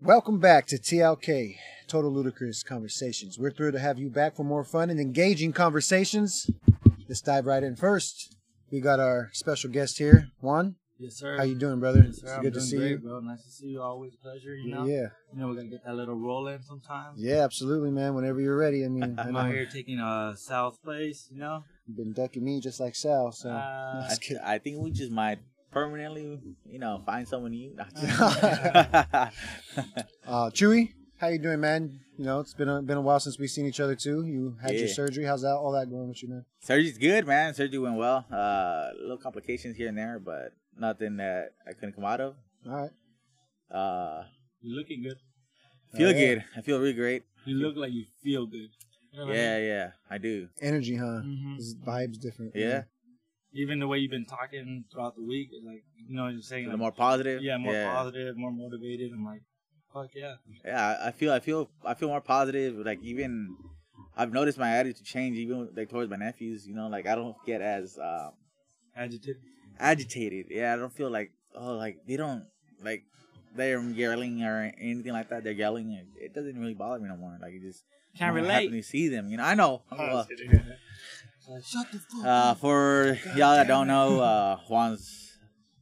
Welcome back to TLK, Total Ludicrous Conversations. We're thrilled to have you back for more fun and engaging conversations. Let's dive right in first. We got our special guest here, Juan. Yes, sir. How you doing, brother? Yes, sir. It's I'm good to doing see great, you. bro. Nice to see you. Always a pleasure. You know, Yeah, you know, we're gonna get that little roll in sometimes. yeah, absolutely, man. Whenever you're ready, I mean, I I'm know out here taking uh South Place. You know, you've been ducking me just like Sal, so. uh, I, That's good. I think we just might permanently, you know, find someone new. Uh, Chewy, how you doing, man? You know, it's been a, been a while since we've seen each other too. You had your Yeah. surgery. How's that? All that going with you, man? Surgery's good, man. Surgery went well. Uh, little complications here and there, but nothing that I couldn't come out of. All right. Uh, you're looking good. feel Oh, yeah. good. I feel really great. You look like you feel good. You know what I Yeah, yeah, I do. Energy, huh? mean? Mhm. This vibe's different. Yeah, Even the way you've been talking throughout the week, it's like you know, what you're saying the like, more positive. yeah, more yeah. positive, more motivated. I'm like, fuck yeah. Yeah, I I feel, I feel, I feel more positive. Like even, I've noticed my attitude change even like towards my nephews. You know, like I don't get as um, Adjective. agitated. Yeah, I don't feel like oh, like they don't like they're yelling or anything like that. They're yelling. and It doesn't really bother me no more. Like it just Can't when I relate. happen to see them. You know, I know. Uh, It's like, Shut the fuck. uh, up. for y'all that don't know, uh, Juan's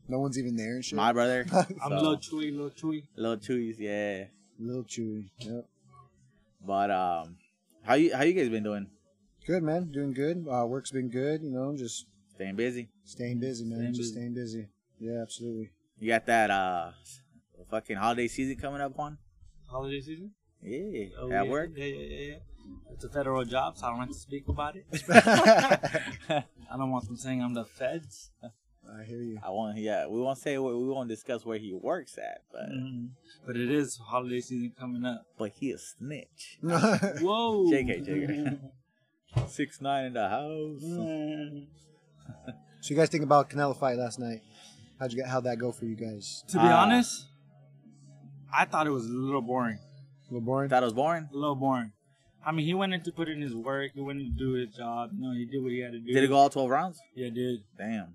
No one's even there and shit. my brother. I'm so- little chewy, little chewy. Little Chuy's, yeah. Little Chewy. Yep. But um, how you how you guys been doing? Good, man. Doing good. Uh, work's been good. You know, just Staying busy. staying busy, man. Staying just busy. staying busy. Yeah, absolutely. You got that uh, fucking holiday season coming up, Juan. Holiday season. Yeah, Oh, yeah, at work. Yeah, yeah, yeah. yeah. It's a federal job, so I don't have to speak about it. I don't want them saying I'm the feds. I hear you. I won't. Yeah, we won't say. where- We won't discuss where he works at, but Mhm. But it is holiday season coming up. but he a snitch. Whoa. JK, JK. Six nine in the house. Mm. so you guys think about Canelo fight last night? How'd you get? How'd that go for you guys? to be Ah. honest, I thought it was a little boring. A little boring. Thought I was boring. A little boring. I mean, he went in to put in his work. He went in to do his job. You know, he did what he had to do. Did it go all twelve rounds? Yeah, it did. Damn,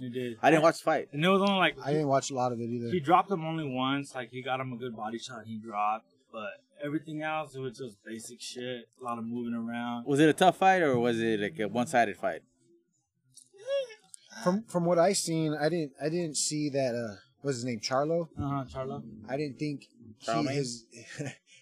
It did. I didn't watch the fight. And it was only like I didn't watch a lot of it either. He dropped him only once. Like he got him a good body shot. He dropped, but everything else it was just basic shit. A lot of moving around. Was it a tough fight or was it like a one sided fight? From from what I seen, I didn't I didn't see that. Uh, what's his name? Charlo. Uh huh, Charlo. I didn't think he, Charlemagne? his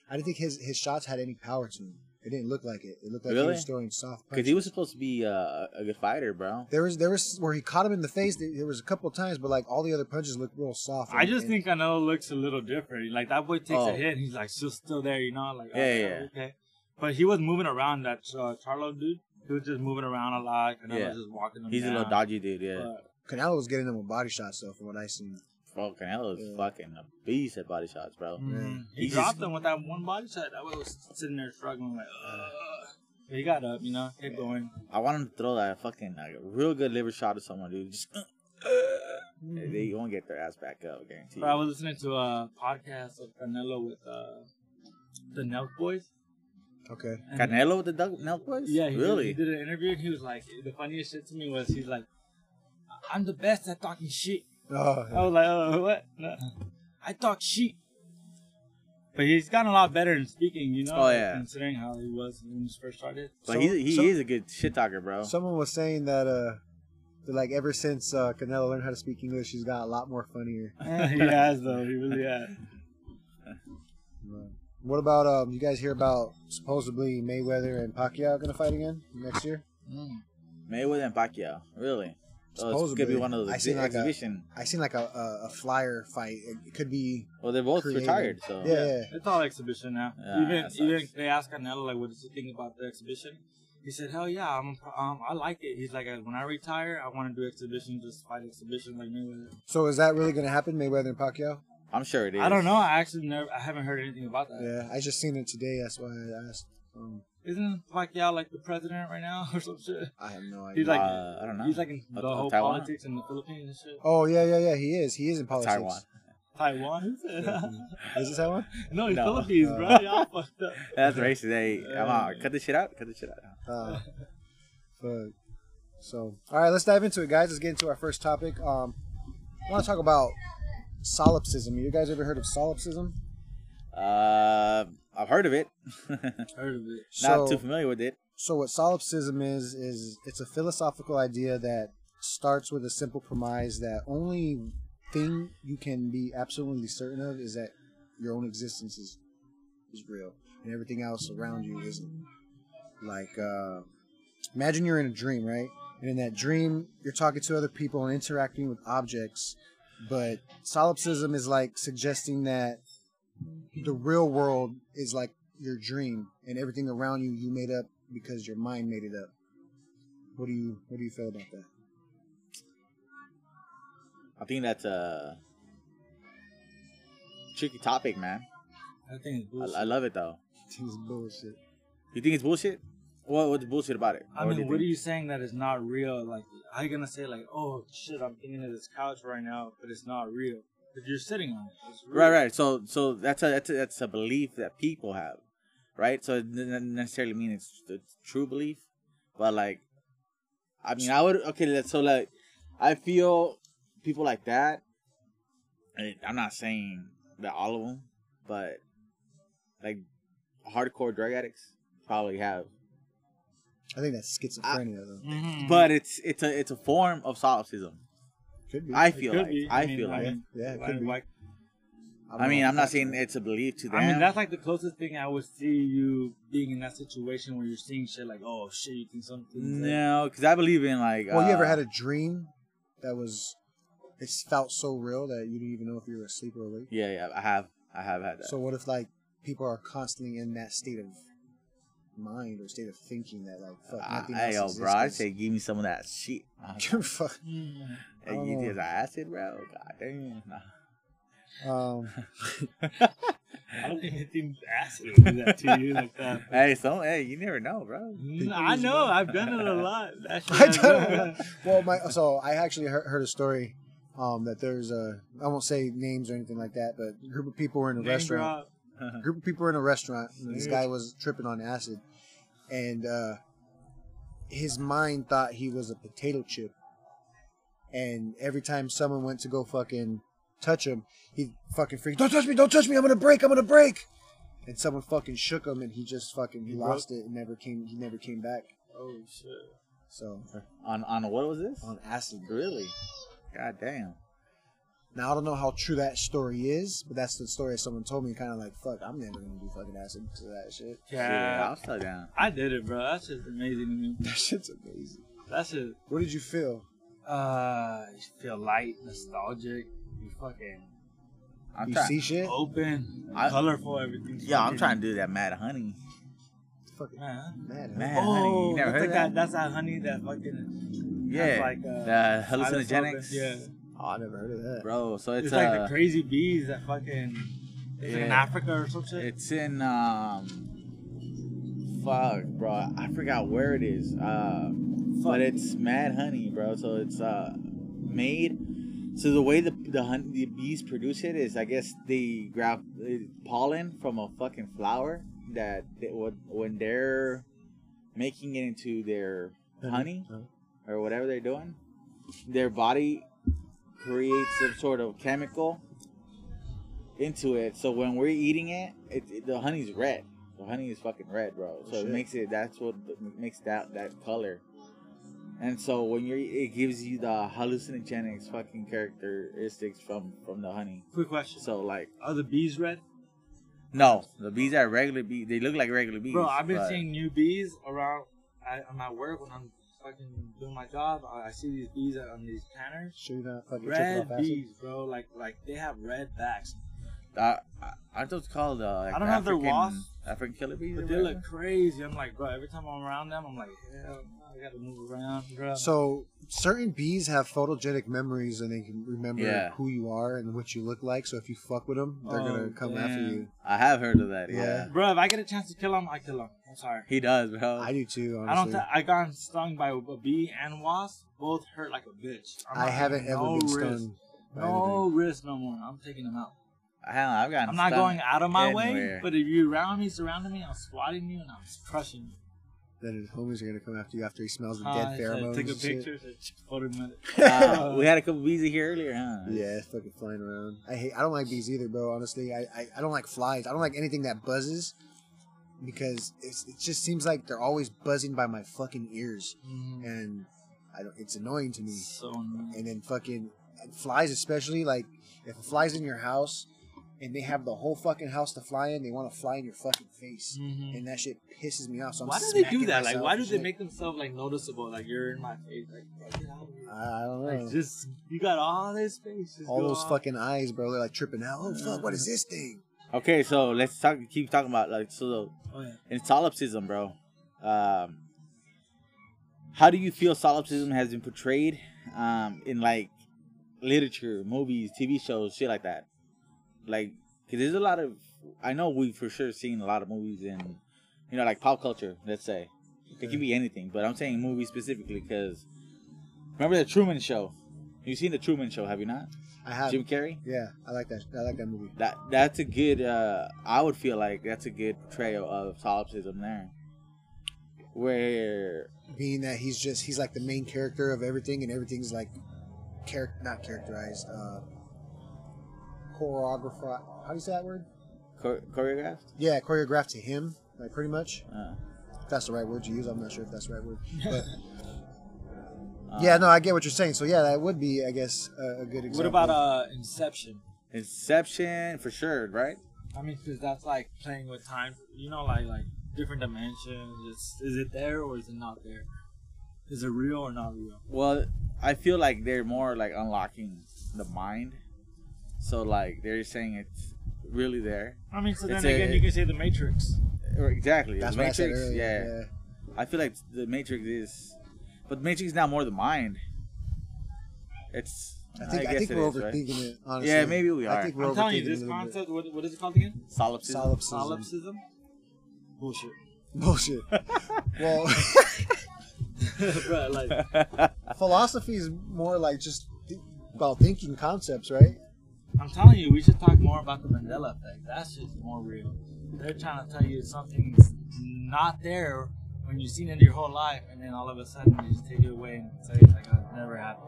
I didn't think his his shots had any power to him. It didn't look like it. It looked like he Really? was throwing soft Because punches. he was supposed to be uh, a good fighter, bro. there was there was where he caught him in the face. There there was a couple of times, but like all the other punches looked real soft. I and- just and- think Canelo looks a little different. Like that boy takes a Oh. hit, and he's like still still there, you know? Like Yeah, okay, yeah. okay. But he was moving around. That uh, Charlo dude, he was just moving around a lot. Canelo Yeah. was just walking him He's down. a little dodgy dude. Yeah, But Canelo was getting them with body shots though, from what I seen. bro, Canelo's Yeah. fucking a beast at body shots, bro. mhm. he, He just- dropped him with that one body shot. That boy was sitting there struggling like. Ugh. But He got up, you know, kept going. I want him to throw that fucking like, real good liver shot at someone, dude. Just uh, they won't get their ass back up, guaranteed. Bro, I was listening to a podcast of Canelo with uh, the Nelk Boys. Okay. And- Canelo with the Doug Nelk boys? Yeah, he really. Did, he did an interview and he was like, the funniest shit to me was he's like, I'm the best at talking shit. Oh, I was like, oh, what? No. I talk shit. But he's gotten a lot better in speaking, you know, Oh, yeah. considering how he was when he first started. But So- he's, he so- is a good shit talker, bro. Someone was saying that uh, that like ever since uh, Canelo learned how to speak English, he's got a lot more funnier. he has, though. He really has. Uh, What about um? You guys hear about supposedly Mayweather and Pacquiao gonna fight again next year? Mm. Mayweather and Pacquiao, really. So it's Supposedly. gonna be one of those I seen exhi- like a- exhibition. I seen like a, a, a flyer fight. It could be well, they're both creative. retired, so Yeah, yeah. It's all exhibition now. Yeah, even that sucks. even they asked Canelo like, "What does he think about the exhibition?" He said, "Hell yeah, I'm um, I like it." He's like, "When I retire, I want to do exhibition, just fight exhibition like Mayweather." So is that really gonna happen, Mayweather and Pacquiao? I'm sure it is. I don't know. I actually never, I haven't heard anything about that. Yeah, I just seen it today. That's why I asked. Um, not Pacquiao like the president right now or some shit? I have no idea. He's like, Uh, I don't know. he's like in Of- the of whole Taiwan? politics in the Philippines and shit. oh yeah, yeah, yeah. He is. He is in politics. Taiwan. Taiwan? Is it Taiwan? no, it's No. Philippines, bro. Y'all fucked up. That's racist. Hey, Yeah. I'm out. Cut this shit out. Cut this shit out. Uh, but, so all right, let's dive into it, guys. Let's get into our first topic. Um, I want to talk about solipsism. You guys ever heard of solipsism? Uh, I've heard of it. Heard of it? So- Not too familiar with it. So what solipsism is is it's a philosophical idea that starts with a simple premise that only thing you can be absolutely certain of is that your own existence is is real and everything else around you isn't. Like uh, imagine you're in a dream, right? And in that dream, you're talking to other people and interacting with objects, but solipsism is like suggesting that the real world is like your dream and everything around you you made up because your mind made it up. What do you what do you feel about that? I think that's a tricky topic, man. I think it's bullshit. I, I love it though. This is bullshit. You think it's bullshit? What what's bullshit about it? I Or do mean, you what are think- you saying that is not real? Like, are you gonna say like, "Oh shit, I'm thinking of this couch right now," but it's not real? If you're sitting on it, it's real. Right, right. So so that's a that's a, that's a belief that people have, right? So it doesn't necessarily mean it's the true belief, but like, I mean, I would okay. Let's so like, I feel people like that. I- I'm not saying that all of them, but like hardcore drug addicts probably have. Mm-hmm. I think that's schizophrenia though. Mhm. But it's it's a it's a form of solipsism. Could be. I It feel could like be. I, mean, feel I like. mean, yeah, it why- could be. why- I mean, I'm not exactly. saying it's a belief to them. I mean, that's like the closest thing I would see you being in that situation where you're seeing shit like, "Oh shit, you think something." no, because I believe in like. Well, you ever uh, had a dream that was it felt so real that you didn't even know if you were asleep or awake? Yeah, yeah, I have, I have had that. So what if like people are constantly in that state of mind or state of thinking that like fuck I, nothing Uh, hey, yo, else bro, I exists? say give me some of that shit. Uh, fuck. Mm-hmm. hey, Oh. you just acid, bro. God damn. Nah. Um, I don't think anything acid would do that to you like that. Hey, so hey, you never know, bro. Mm, I know. I've done it a lot. That shit I I've done it a done. lot. Well, my so I actually heard, heard a story um, that there's a I won't say names or anything like that, but a group of people were in a Name restaurant. drop. A group of people were in a restaurant. And this Dude. guy was tripping on acid, and uh, his mind thought he was a potato chip. And every time someone went to go fucking touch him, he fucking freaked. Don't touch me! Don't touch me! I'm gonna break! I'm gonna break! And someone fucking shook him, and he just fucking he He lost it and never came. He never came back. Oh shit. So on on what was this? on acid. really? God damn. Now I don't know how true that story is, but that's the story someone told me. Kind of like, fuck, I'm never gonna do fucking acid to that shit. Shit, Yeah. I'll slow down. I did it, bro. That's just amazing to me. That shit's amazing. That's just What did you feel? Uh, you feel light, nostalgic. You fucking I'm you trying. see shit? open, I- colorful, everything. Yeah, I'm trying to do that mad honey. Fucking Man. mad. Mad huh? honey. Oh, You never that's, heard like of that, that? that's that honey that fucking Yeah. that's like uh, the psilocybin, hallucinogenics. Yeah, Oh, I never heard of that. Bro, so it's, it's, like uh, the crazy bees that fucking it's like in yeah. Africa or some shit. It's in um fuck, bro. I forgot where it is. Uh but it's mad honey, bro. So it's uh made so the way the the, hun- the bees produce it is I guess they grab uh, pollen from a fucking flower that they, would when they're making it into their honey Huh? or whatever they're doing, their body creates some sort of chemical into it. So when we're eating it, it, it- the honey's red. The honey is fucking red, bro. Oh, So it shit. makes it. That's what th- makes that that color. And so when you're, it gives you the hallucinogenics fucking characteristics from from the honey. Quick question: So like, Are the bees red? no, the bees are regular bees. They look like regular bees. Bro, I've been but- seeing new bees around. I, I'm at work when I'm fucking doing my job. I, I see these bees on these tanners. Sure you're not fucking tripping Red off acid? bees, bro. Like, like they have red backs. Uh, uh, aren't those called? Uh, like I don't know if they're African, wasps, African killer bees. or But they whatever? look crazy. I'm like, bro, every time I'm around them, I'm like, hell, no, I gotta move around, bro. So certain bees have photogenic memories, and they can remember Yeah. who you are and what you look like. So if you fuck with them, they're Oh, gonna come after damn. you. I have heard of that. Yeah, Yeah. bro, if I get a chance to kill them, I kill them. I'm sorry. he does, bro. I do too. Honestly. I don't. Th- I got stung by a bee and wasp. Both hurt like a bitch. I'm I not haven't taking ever no been risk. stung. by No risk, no more. I'm taking them out. Hell, I've gotten. I'm not stung going out of my way, anywhere. but if you around me, surrounding me, I'm swatting you and I'm crushing you. Then his homies are gonna come after you after he smells the Ah, dead so I pheromones. Took a and shit. picture. so I photo him. Uh, we had a couple bees here earlier, huh? Yeah, it's fucking flying around. I hate. I don't like bees either, bro. Honestly, I, I, I don't like flies. I don't like anything that buzzes because it's, it just seems like they're always buzzing by my fucking ears, Mm, and I don't. It's annoying to me. So nice. And then fucking flies, especially like if a fly's in your house and they have the whole fucking house to fly in, they want to fly in your fucking face, Mhm. and that shit pisses me off. So I'm Why do they do smacking that? Like, myself why and do they shit. make themselves like noticeable? Like you're in my face. Like, get out of here. I I don't know. Like just you got all this space. just Uh, all go those on. fucking eyes, bro. They're like tripping out. Oh fuck! What is Uh. this thing? Okay, so let's talk. Keep talking about like so Oh, yeah. in solipsism, bro. Um, how do you feel solipsism has been portrayed um, in like literature, movies, TV shows, shit like that? Like, 'cause there's a lot of I know we've for sure seen a lot of movies in you know like pop culture. Let's say it could be anything, but I'm saying movies specifically because remember the Truman Show. You've seen the Truman Show, have you not? I have. Jim Carrey. Yeah, I like that. I like that movie. That that's a good. Uh, I would feel like that's a good portrayal of solipsism there, where Being that he's just he's like the main character of everything, and everything's like, char- not characterized, uh, choreographed. How do you say that word? chor- choreographed. Yeah, choreographed to him, like pretty much. Uh, If that's the right word to use. I'm not sure if that's the right word. But uh, yeah, no, I get what you're saying. So yeah, that would be, I guess, a, a good example. What about uh Inception? Inception for sure, right? I mean, because that's like playing with time. You know, like like different dimensions. It's, is it there or is it not there? Is it real or not real? Well, I feel like they're more like unlocking the mind, so like they're saying it's really there. I mean, so then It's a- again, you can say the Matrix. Or exactly, That's the what I said Matrix. earlier. yeah. yeah. I feel like the Matrix is, but the Matrix is now more the mind. It's. I think I, guess think it we're is, right? overthinking it. Honestly, Yeah, maybe we I are. think we're I'm telling you, overthinking this it a little bit. concept. What, what is it called again? Solipsism. Solipsism. Solipsism. Bullshit. Bullshit. well. Bro, like philosophy is more like just th- about thinking concepts, right? I'm telling you, we should talk more about the Mandela effect. That's just more real. They're trying to tell you something's not there when you've seen it your whole life, and then all of a sudden they just take it away and say it's like oh, it never happened.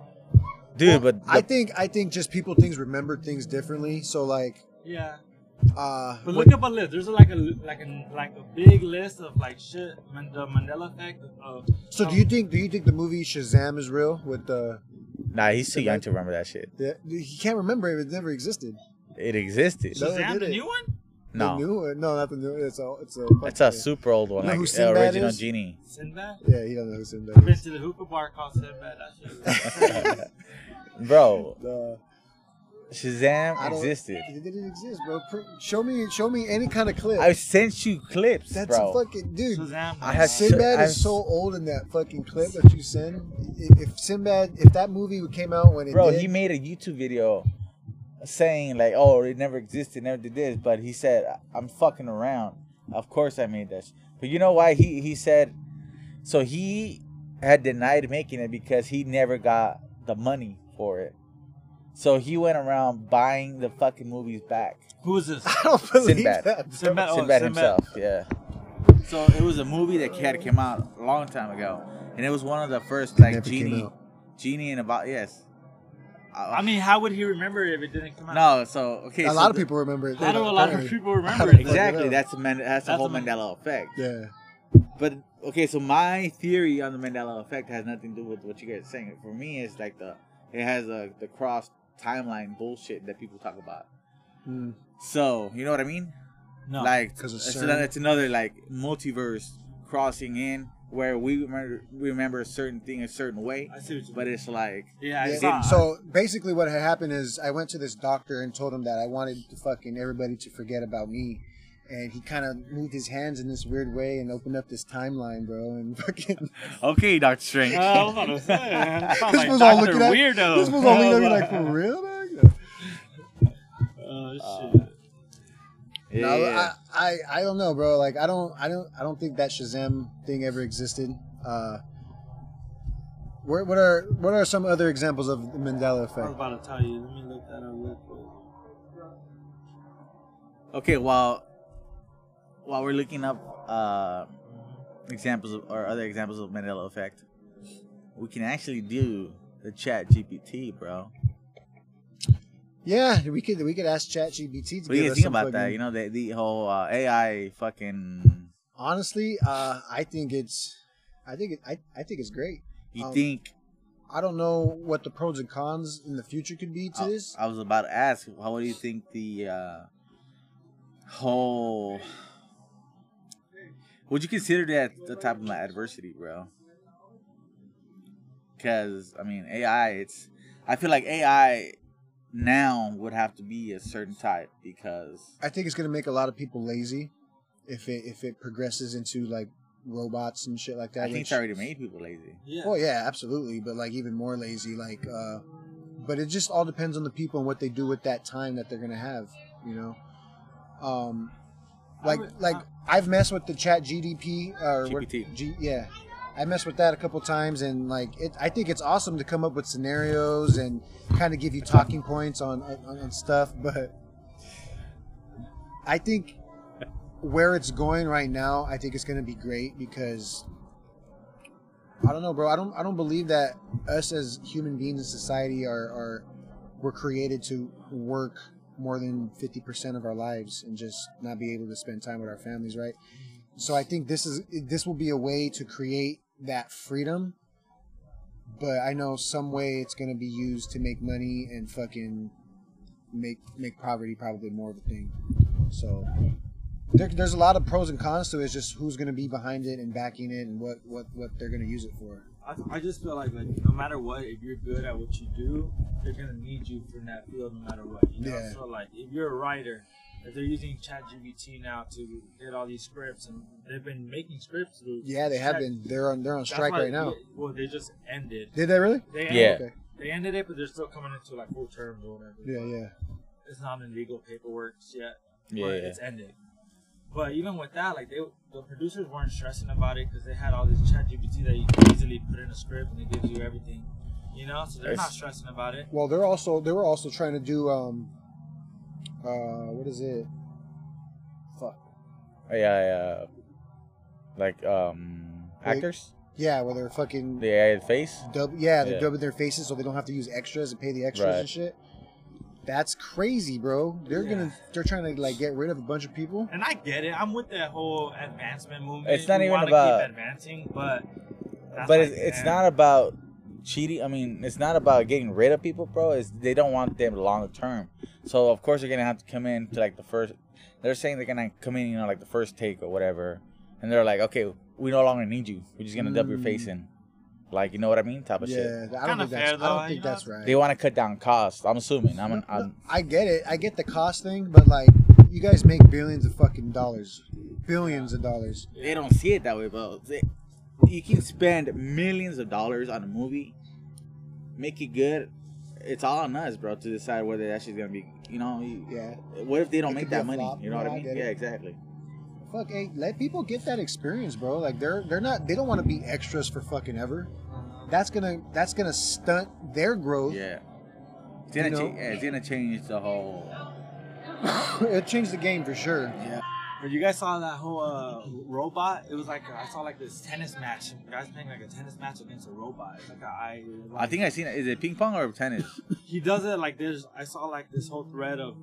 Dude, but I think I think just people things remember things differently. So like, Yeah, uh, but what- look up a list. There's like a like a like a big list of like shit. Man, the Mandela effect. Of, so do you think do you think the movie Shazam is real? With the Nah, he's too young to remember that shit. yeah, he can't remember it. It never existed. It existed. No, they Shazam, the didn't. new one? the No, new one. no, not the new. It's a it's a. that's a super old one, You know like who the Sinbad original is? genie. Sinbad. Yeah, he doesn't know who I've Sinbad been is. to the hookah bar called Sinbad. That shit. Bro, Uh, I Shazam don't- existed. it didn't exist, bro. Pr- show me show me any kind of clip. I sent you clips, that's bro. a fucking dude. Shazam. I had man. shit- Sinbad I've- is so old in that fucking clip that you send. I- If Sinbad, if that movie came out when it bro, did, he made a YouTube video saying like, "Oh, it never existed, never did this," but he said, "I- "I'm fucking around." Of course, I made that. sh-" But you know why he he said? So he had denied making it because he never got the money for it. So he went around buying the fucking movies back. Who is this? I don't believe Sinbad. that. bro. Sinbad. Oh, Sinbad. Sinbad himself, yeah. So it was a movie that had came out a long time ago, and it was one of the first never like came genie, out. genie and about yes. I mean, how would he remember it if it didn't come out? no, so okay. a so lot of the- people remember it. How do a lot of apparently. people remember it? Exact- Exactly, Yeah. that's a man, that's the That's whole a Man- Mandela effect. Yeah, But okay, so my theory on the Mandela effect has nothing to do with what you guys are saying. For me, it's like the it has a, the cross timeline bullshit that people talk about. Mm. So you know what I mean? No. like 'Cause of it's, CERN. it's another like multiverse crossing in where we remember remember a certain thing a certain way I see what you but it's like Yeah, I Yeah. saw. So basically, what had happened is I went to this doctor and told him that I wanted to fucking everybody to forget about me. And he kind of moved his hands in this weird way and opened up this timeline, bro. And fucking okay dr strange Uh, I was gonna say, I sound this like was all Dr. looking at Oh, weirdo. this was all looking at me like for real, man. Oh Uh, shit! yeah, No, yeah. I, I I don't know, bro. Like I don't I don't I don't think that Shazam thing ever existed. Uh, where, what are what are some other examples of the Mandela I was effect? about to tell you. Let me look that up real quick. okay while while we're looking up uh examples of, or other examples of Mandela effect, we can actually do the Chat GPT, bro. Yeah, we could we could ask ChatGPT to What do give you guys us think some about fucking- that? You know, the the whole uh, AI fucking. Honestly, uh, I think it's, I think it, I, I think it's great. You Um, think I don't know what the pros and cons in the future could be to I- this. I was about to ask, how do you think the uh, whole? Would you consider that the type of adversity, bro? Because I mean, AI. It's I feel like AI now would have to be a certain type because I think it's gonna make a lot of people lazy if it if it progresses into like robots and shit like that. I think which- it's already made people lazy. Yeah. Well, yeah, absolutely, but like even more lazy, like. uh But it just all depends on the people and what they do with that time that they're gonna have, you know. Um, I like would- uh like I- I've messed with the Chat GDP or what- GPT. G- yeah, I messed with that a couple times, and like it, I think it's awesome to come up with scenarios and kind of give you talking points on on, on stuff. But I think where it's going right now, I think it's going to be great because I don't know, bro. I don't I don't believe that us as human beings in society are are we're created to work more than 50% of our lives and just not be able to spend time with our families right so i think this is this will be a way to create that freedom but i know some way it's going to be used to make money and fucking make make poverty probably more of a thing so there, there's a lot of pros and cons to it it's just who's going to be behind it and backing it and what what what they're going to use it for I, I just feel like like no matter what, if you're good at what you do, they're gonna need you for that field no matter what. You know, Yeah. so like if you're a writer, if they're using ChatGPT now to get all these scripts, and they've been making scripts through. yeah they have Chat- been they're on they're on that's strike why- right now Well, they just ended. did they really They Yeah. ended, okay they ended it, but they're still coming into like full terms or whatever. yeah yeah It's not in legal paperwork yet. but it's ended. But even with that, like they, the producers weren't stressing about it because they had all this chat GPT that you can easily put in a script and it gives you everything, you know. So they're not Nice. stressing about it. Well, they're also they were also trying to do um, uh, what is it? Fuck. AI, uh, like um, Like- actors, Yeah, where they're fucking the AI face. dub. Yeah, they're Yeah. dubbing their faces so they don't have to use extras and pay the extras Right. and shit. That's crazy, bro. They're Yeah. gonna they're trying to like get rid of a bunch of people. And I get it. I'm with that whole advancement movement. It's not You even wanna about- keep advancing, but that's but like, it's, it's man, not about cheating. I mean, it's not about getting rid of people, bro. It's they don't want them long term. So of course they're gonna have to come in to like the first. They're saying they're gonna come in, you know, like the first take or whatever, and they're like, okay, we no longer need you. We're just gonna dub your face in, Mm. like you know what I mean, type of shit. Yeah, I don't Kinda think that's fair, I though, don't think you know? that's right. They want to cut down costs. I'm assuming. I'm. an No, no, I'm I get it. I get the cost thing, but like, you guys make billions of fucking dollars, billions of dollars. they don't see it that way, bro. They, you can spend millions of dollars on a movie, make it good. It's all on us, bro, to decide whether that shit's gonna be. You know, you- Yeah. what if they don't It make could be a that money? flop. You know what Yeah, I I mean? get it. Yeah, exactly. Fuck, hey, let people get that experience, bro. Like they're they're not they don't want to be extras for fucking ever. That's gonna that's gonna stunt their growth. Yeah. It's You gonna, know? cha- yeah, it's gonna change the whole. it changed the game for sure. Yeah. When you guys saw that whole uh, robot, it was like uh, I saw like this tennis match. And guys playing like a tennis match against a robot. It's like a, I. I think I seen it. Is it ping pong or tennis? he does it like there's I saw like this whole thread of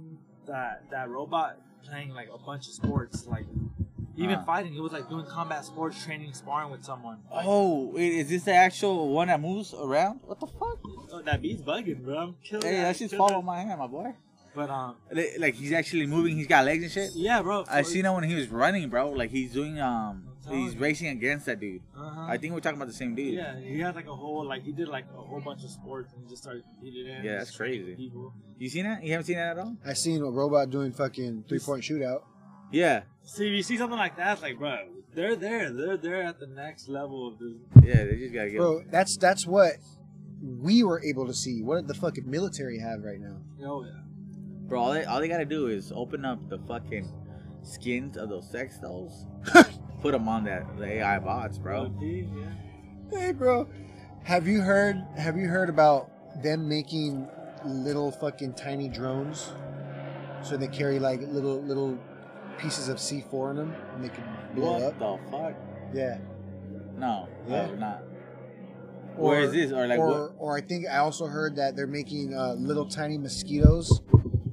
that that robot playing like a bunch of sports like even Uh. fighting it was like doing combat sports training sparring with someone Like, oh, wait, is this the actual one that moves around? What the fuck? oh, that beat's bugging bro I'm killing Hey, that, that shit's killing fall on my hand, my boy. that. but um Li- Like he's actually moving. He's got legs and shit. yeah bro I so- seen that when he was running, bro. Like he's doing um, I'm telling he's you. racing against that dude. uh-huh. I think we're talking about the same dude. yeah he had like a whole like he did like a whole bunch of sports and he just started competing in Yeah, and that's just training crazy. people You seen that? You haven't seen that at all? I seen a robot doing fucking three point shootout. Yeah. see if you see something like that it's like bro they're there they're there at the next level of this Yeah, they just gotta get. Bro, that's that's what we were able to see. What did the fucking military have right now? oh yeah Bro, all they, all they gotta do is open up the fucking skins of those sex dolls, put them on that the AI bots, bro. Okay, yeah. Hey bro. Have you heard have you heard about them making little fucking tiny drones? So they carry like little little pieces of C4 in them and they can blow What up. the fuck? Yeah. No, Yeah. I'm not. Or- Where is this? Or like or, or I think I also heard that they're making uh, little tiny mosquitoes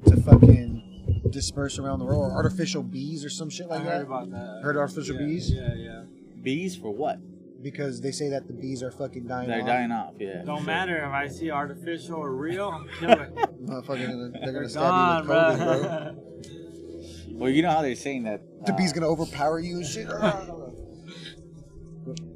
to fucking disperse around the world, or artificial bees or some shit I like heard that. about that. Heard artificial Yeah, bees Yeah, yeah. what? Bees for what? because they say that the bees are fucking dying. They're off. dying off. Yeah. Don't matter if I see artificial or real, I'm killing. Motherfucking, they're They're gonna stab gone, you with COVID, bro. bro. Well, you know how they're saying that The uh, bee's gonna overpower you and shit.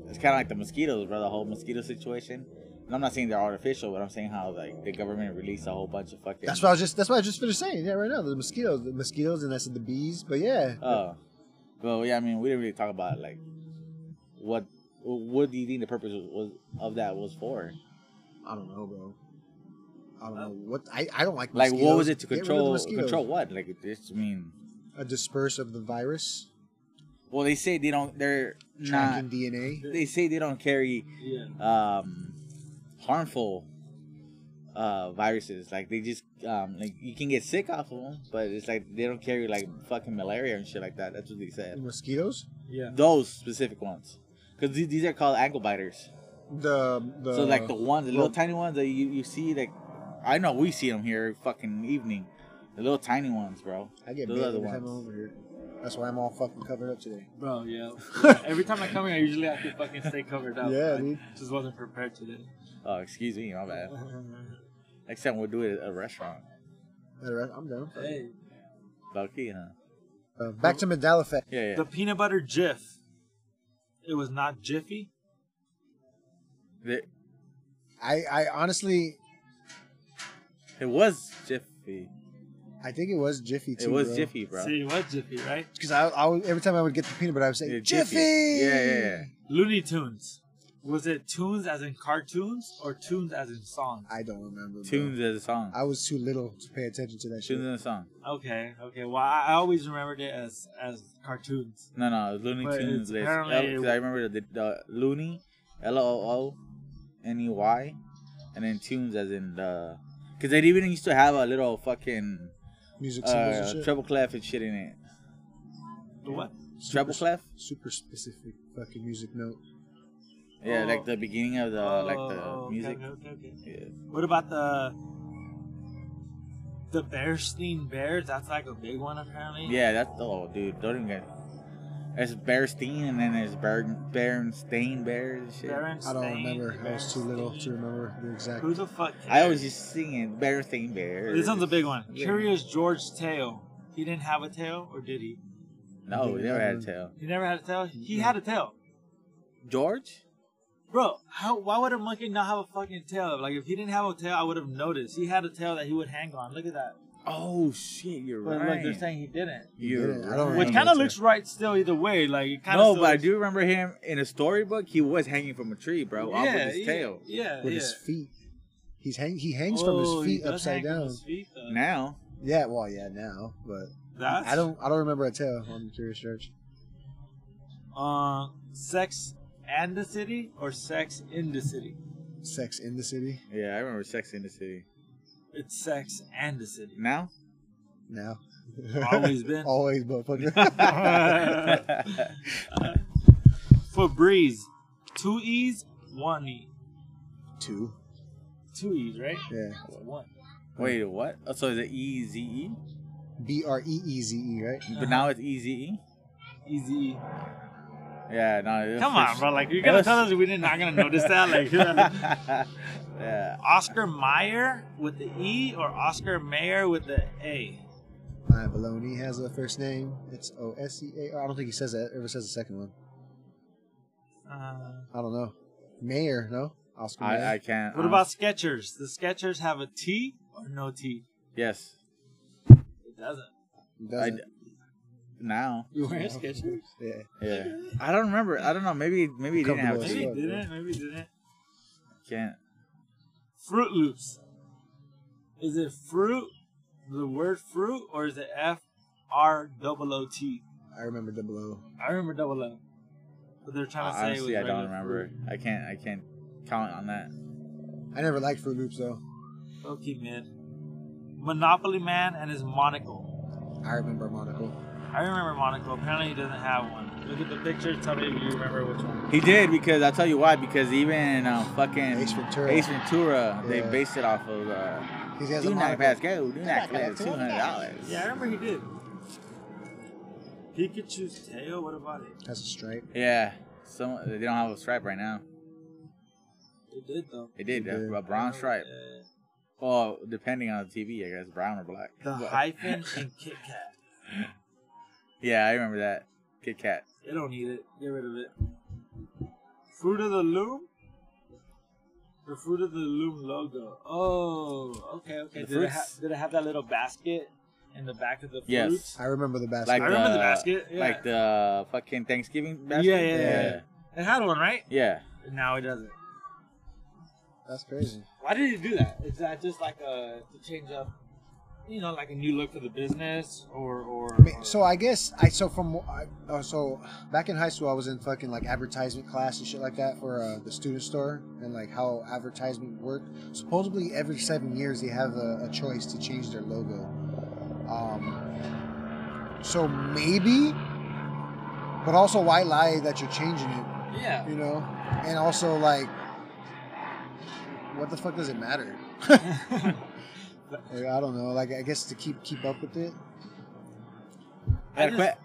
It's kind of like the mosquitoes, bro. The whole mosquito situation. And I'm not saying they're artificial, but I'm saying how like the government released a whole bunch of fucking. That's what I was just. That's what I just finished saying. Yeah, right now the mosquitoes, the mosquitoes, and I said the bees. But yeah, Oh, well, yeah. I mean, we didn't really talk about like what what do you think the purpose was of that was for? I don't know, bro. I don't know what I, I don't like. Like, what was it mosquitoes. to Get rid of the control? mosquitoes. Control what? Like, it's, I mean, A disperse of the virus, well, they say they don't. They're not. tracking DNA. They say they don't carry Yeah. um, harmful uh, viruses. Like they just um, like you can get sick off of them, but it's like they don't carry like fucking malaria and shit like that. That's what they said. Mosquitoes. Yeah. Those specific ones, because these, these are called ankle biters. The the so like the ones, the little well- tiny ones that you, you see, like I know we see them here, fucking evening. The little tiny ones, bro. I get those bit are the every time I'm ones. over here. That's why I'm all fucking covered up today. Bro, yeah. Every time I come here, I usually have to fucking stay covered up. Yeah, I dude. just wasn't prepared today. Oh, excuse me, my bad. Next time we'll do it at a restaurant. All right, I'm down. hey, Low key, huh? Uh, back to Mandela effect. Yeah, yeah. the peanut butter Jif. It was not Jiffy. The- I I honestly it was Jiffy. I think it was Jiffy too. It was bro. Jiffy, bro. See, it was Jiffy, right? because I, I would- every time I would get the peanut butter, I would say Yeah, Jiffy. Yeah, yeah, yeah. Looney Tunes. Was it tunes as in cartoons or tunes as in songs? I don't remember. bro. Tunes of the song. I was too little to pay attention to that shit. Tunes of the song. Okay, okay. Well, I, I always remembered it as as cartoons. No, no, it was Looney But Tunes. it's There's apparently- L- 'cause I remember the, the Looney, L O O N E Y, and then Tunes as in the. Because they even used to have a little fucking Music symbols and uh, shit. treble clef and shit in it. The what? Super- Treble clef? Super specific fucking music note. Yeah, Oh. like the beginning of the like Oh, the okay, music. Okay, okay, okay. Yeah. What about the the Bearstein Bears? That's like a big one apparently. Yeah, that's oh, dude, don't even get. There's Bearstein and then there's Ber- Bernstein Bears and shit. Berenstein, I don't remember. I was too little to remember the exact. Who the fuck? I always just singing Bernstein Bears. This one's a big one. Yeah. Curious George tail. He didn't have a tail, or did he? No, we never had a tail. He never had a tail. He had a tail, George? bro. How? Why would a monkey not have a fucking tail? Like if he didn't have a tail, I would have noticed. He had a tail that he would hang on. Look at that. Oh shit, you're But right. look, they're saying he didn't. you're Yeah, I don't right. Which Hang kind on of to looks right still either way. Like it kind no, of. but I do remember him in a storybook. He was hanging from a tree, bro, Yeah, off with his yeah, tail. Yeah, With yeah. his feet. He's hang. He hangs from Oh, his he feet does upside hang from down. his feet, though. Now, Yeah, well, yeah, now, but That's I don't. I don't remember a tail on the Curious George. Uh, sex and the city or sex in the city? Sex in the City yeah, I remember Sex in the City. It's sex and the city. Now, now. Always been. Always, motherfucker. Febreze. Two E's, one E. Two. Two E's, right? Yeah. That's one. wait, what? Oh, so is it E Z E? B R E E Z E, right? But now it's E Z E. Easy. Yeah, no. it was Come for on, sure. bro. Like, you're It going to was- tell us we did not going to notice that? Like, yeah, Oscar Meyer with the E or Oscar Mayer with the A? My baloney has a first name. It's O S E A R. I don't think he says that. Ever says the second one? Uh, I don't know. Mayor, no. Oscar. Mayer. I, I can't. what uh, about Skechers? The Skechers have a T or no T? yes? It doesn't. I, Doesn't. now, You wear Skechers? yeah. yeah. I don't remember. I don't know. Maybe, maybe he didn't have. Comfortable as Maybe T. fuck. it didn't. Maybe it didn't. Can't. Fruit Loops. Is it fruit, the word fruit, or is it F R double O T? I remember double O. I remember double O. But they're trying to say it was Honestly, I regular don't remember. I can't. I can't count on that. I never liked Fruit Loops though. fruit. Okay, man. Monopoly Man and his monocle. I remember Monaco. I remember monocle. Apparently, he doesn't have one. Look at the picture. Tell me if you remember which one. He did because I'll tell you why. Because even uh, fucking Ace Ace Ventura. Ventura, they Yeah. based it off of uh, He has do a not monocle. pass go. Do not Monocle. collect two hundred dollars. Yeah, I remember he did. Pikachu's tail. What about it? Has a stripe. Yeah, some they don't have a stripe right now. It did though. They did uh, They did. a, a brown stripe. Yeah. Well, depending on the TV, I guess brown or black. The But- hyphen and Kit Kat. Yeah, I remember that. Kit Kat. They don't need it. Get rid of it. Fruit of the Loom? The Fruit of the Loom logo. Oh, okay, okay. The Did it, ha- fruits. did it have that little basket in the back of the fruit? Yes. I remember the basket. Like I remember the, the- basket. Yeah. Like the fucking Thanksgiving basket. Yeah, yeah, yeah, yeah. it had one, right? Yeah. Now it doesn't. That's crazy. Why did it do that? Is that just like a to change up, you know, like a new look for the business or or? I mean, or- so I guess I so from I, oh, so back in high school I was in fucking like advertisement class and shit like that for uh, the student store and like how advertisement worked. Supposedly every seven years they have a, a choice to change their logo. Um, so maybe, but also why lie that you're changing it? yeah. You know, and also like, what the fuck does it matter? Like, I don't know. Like I guess to keep keep up with it. I I just quit.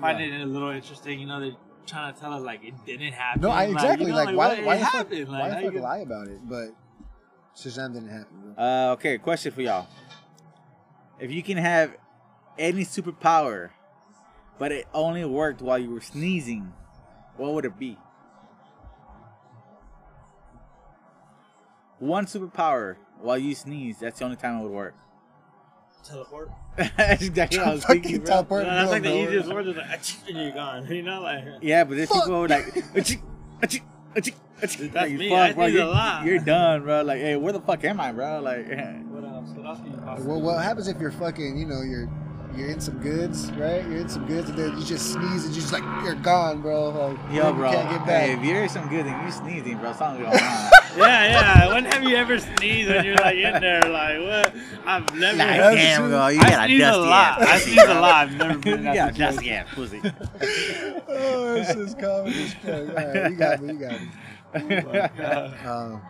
find it a little interesting. You know, they're trying to tell us like it didn't happen. No, I Like, exactly you know, like, why, what- why it the fuck, happened? why Like, the how fuck you- lie about it? But Shazam didn't happen. Bro. Uh, okay, question for y'all. If you can have any superpower, but it only worked while you were sneezing, what would it be? One superpower while you sneeze, that's the only time it would work. teleport. that's exactly what I was Fucking thinking, bro. teleport. No, that's like the bro. easiest word. Is like "Achoo," and you're gone. You know, like Yeah, but there's Fuck. people who are like, "Achoo, achoo, achoo, achoo." That's Like, me, I sneeze a you're, lot. you're done, bro. Like, hey, where the fuck am I, bro? Like, what else? What else can you possibly? Well, what happens if you're fucking? You know, you're you're in some goods, right? You're in some goods, and then you just sneeze, and you're just like you're gone, bro. Like, yo, you bro. can't get Hey, back. if you're some good and you sneezing, bro, something going on. do? yeah, yeah. When have you ever sneezed and you're like in there? Like what? I've never. Like, I damn, bro, you sneeze a lot. I sneeze a lot. I've never been that yeah, situation. dusty ass pussy. oh, this is comedy as fuck. All right, you got me. You got me. Um,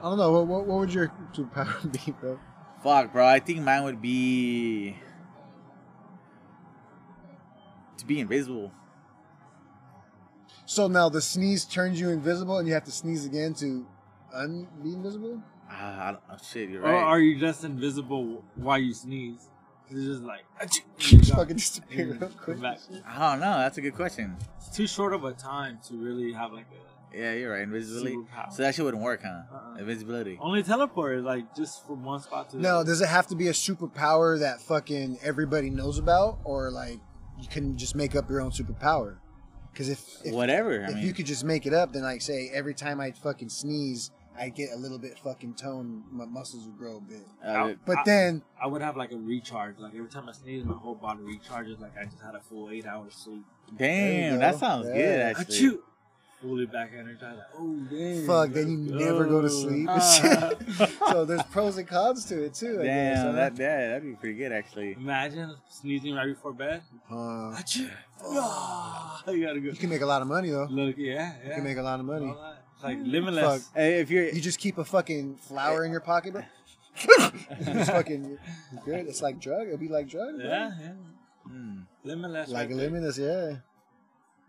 I don't know. What, what, what would your superpower be, bro? Fuck, bro. I think mine would be to be invisible. So now the sneeze turns you invisible, and you have to sneeze again to un be invisible. Ah, I don't- oh, shit, you're Or are right. you just invisible while you sneeze? It's just like "Achoo," and You you're just gone. fucking Mm, disappear real quick. Come back. I don't know. That's a good question. It's too short of a time to really have like a Yeah, you're right. Invisibility. superpower. So that shit wouldn't work, huh? Uh-uh. Invisibility. Only teleport is like just from one spot to No, the does it have to be a superpower that fucking everybody knows about, or like you can just make up your own superpower? Because if if, Whatever. I if mean, you could just make it up, then like say every time I fucking sneeze, I get a little bit fucking toned, my muscles would grow a bit. uh, But I- then I would have like a recharge. Like every time I sneeze, my whole body recharges. Like I just had a full eight hours sleep. There you damn, that go. sounds Yeah. good. Actually. Achoo! Fully back energized. Like, oh damn! fuck, then you let's never go to sleep. Uh, and Ah. shit. so there's pros and cons to it too. I guess, huh? Damn, that, that that'd be pretty good actually. Imagine sneezing right before bed. Uh, Achoo! Ah, you gotta go. you can make a lot of money though. Look, yeah, yeah. You can make a lot of money. All that. It's like limitless. Hey, if you're You just keep a fucking flower in your pocket, bro. it's fucking good. It's like drug. It'll be like drug. bro. Yeah, yeah. Hmm. Limitless. like right there. Limitless, yeah.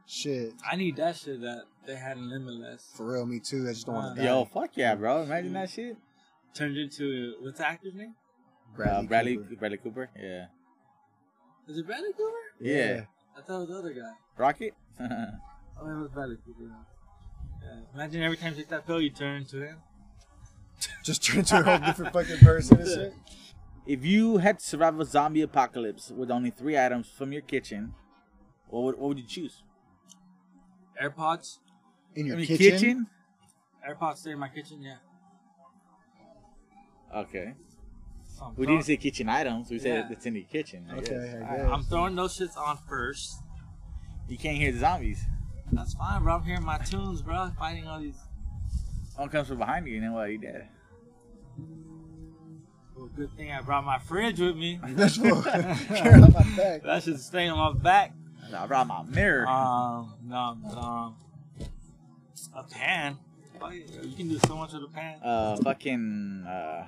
Shit, I need that shit that they had in Limitless. for real, me too. I just don't want to die. Uh, yo, fuck yeah, bro! Imagine that shit. Turned into what's the actor's name? Bradley, uh, Bradley, Cooper. Cooper. Bradley Cooper. Yeah. Is it Bradley Cooper? Yeah. I thought it was the other guy. Rocket. Oh, it was Bradley Cooper. though. Yeah. Imagine every time you take that pill, you turn into him. just turn into a whole different fucking person and shit. if you had to survive a zombie apocalypse with only three items from your kitchen, what would what would you choose? AirPods. In your From kitchen? AirPods stay in my kitchen. Yeah. Okay. So I'm We throwing- didn't say kitchen items. We said Yeah. it's in the kitchen. I Okay, guess. I I- guess. I'm throwing those shits on first. You can't hear the zombies. That's fine, bro. I'm hearing my tunes, bro. Fighting all these One comes from behind you, and then what? You dead. Well, good thing I brought my fridge with me. That's what- You're on my back. That should stay on my back. I brought my mirror. Uh, Um, no, but, um, a pan. Oh, yeah, You can do so much with a pan. Uh, fucking uh,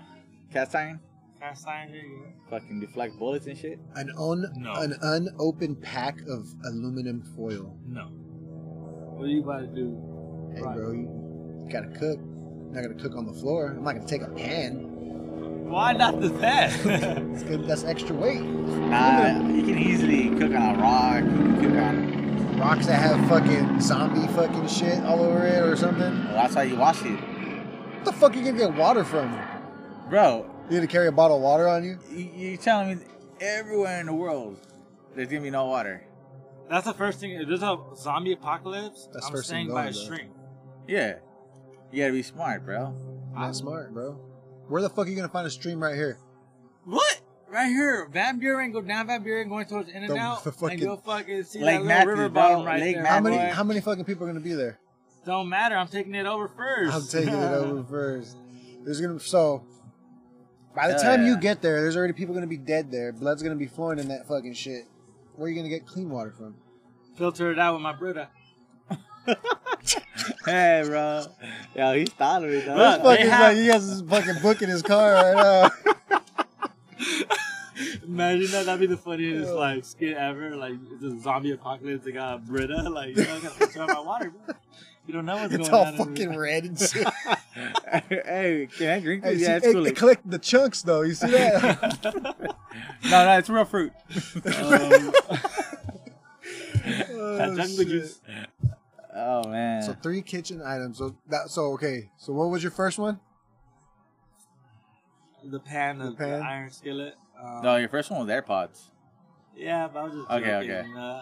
cast iron. Cast iron, there you Fucking deflect bullets and shit. An un No. an unopened pack of aluminum foil. go. No. What are you about to do? Hey, Right. bro, you gotta cook. Not gonna cook on the floor. I'm not gonna take a pan. Why not the pan? It's good. That's extra weight. Nah, you can easily cook on a rock. You can cook on. Rocks that have fucking zombie fucking shit all over it or something. Well, that's how you wash it, What the fuck you gonna get water from? bro. You gonna carry a bottle of water on you? You, you telling me everywhere in the world there's gonna be no water? That's the first thing. If there's a zombie apocalypse, That's I'm first thing staying by a going, though. string. Yeah, you gotta be smart, bro. I- That's smart, bro. Where the fuck are you gonna find a stream right here? What? Right here, Van Buren, go down Van Buren, going towards In and The- Out, the fucking- and you'll fucking see Lake that little Matthews, river bro. bottom right Lake there. How Matthews. many boy. how many fucking people are gonna be there? Don't matter. I'm taking it over first. I'm taking it over first. There's gonna so by the Hell time you yeah. get there, there's already people gonna be dead there. Blood's gonna be flowing in that fucking shit. Where are you gonna get clean water from? Filter it out with my Brita. Hey, bro. Yo, he's thought of it. Though. Look, Fuck they is have- like, you guys is fucking booking his car right now. Imagine that. That'd be the funniest like skit ever. Like it's a zombie apocalypse. They got a Brita. Like you know, I gotta filter out my water. Bro. You don't know what's it's going all on. in fucking there. red and shit. hey, can I drink Hey, this? see, yeah, it, it's cool. it collect the chunks though. You see that? No, no, it's real fruit. Um, Oh, that jungle shit. juice. Oh man. So three kitchen items. So that so okay. So what was your first one? The pan, The the, pan? the iron skillet. Um, no, your first one was AirPods. Yeah, but I was just Okay, joking. okay. Uh,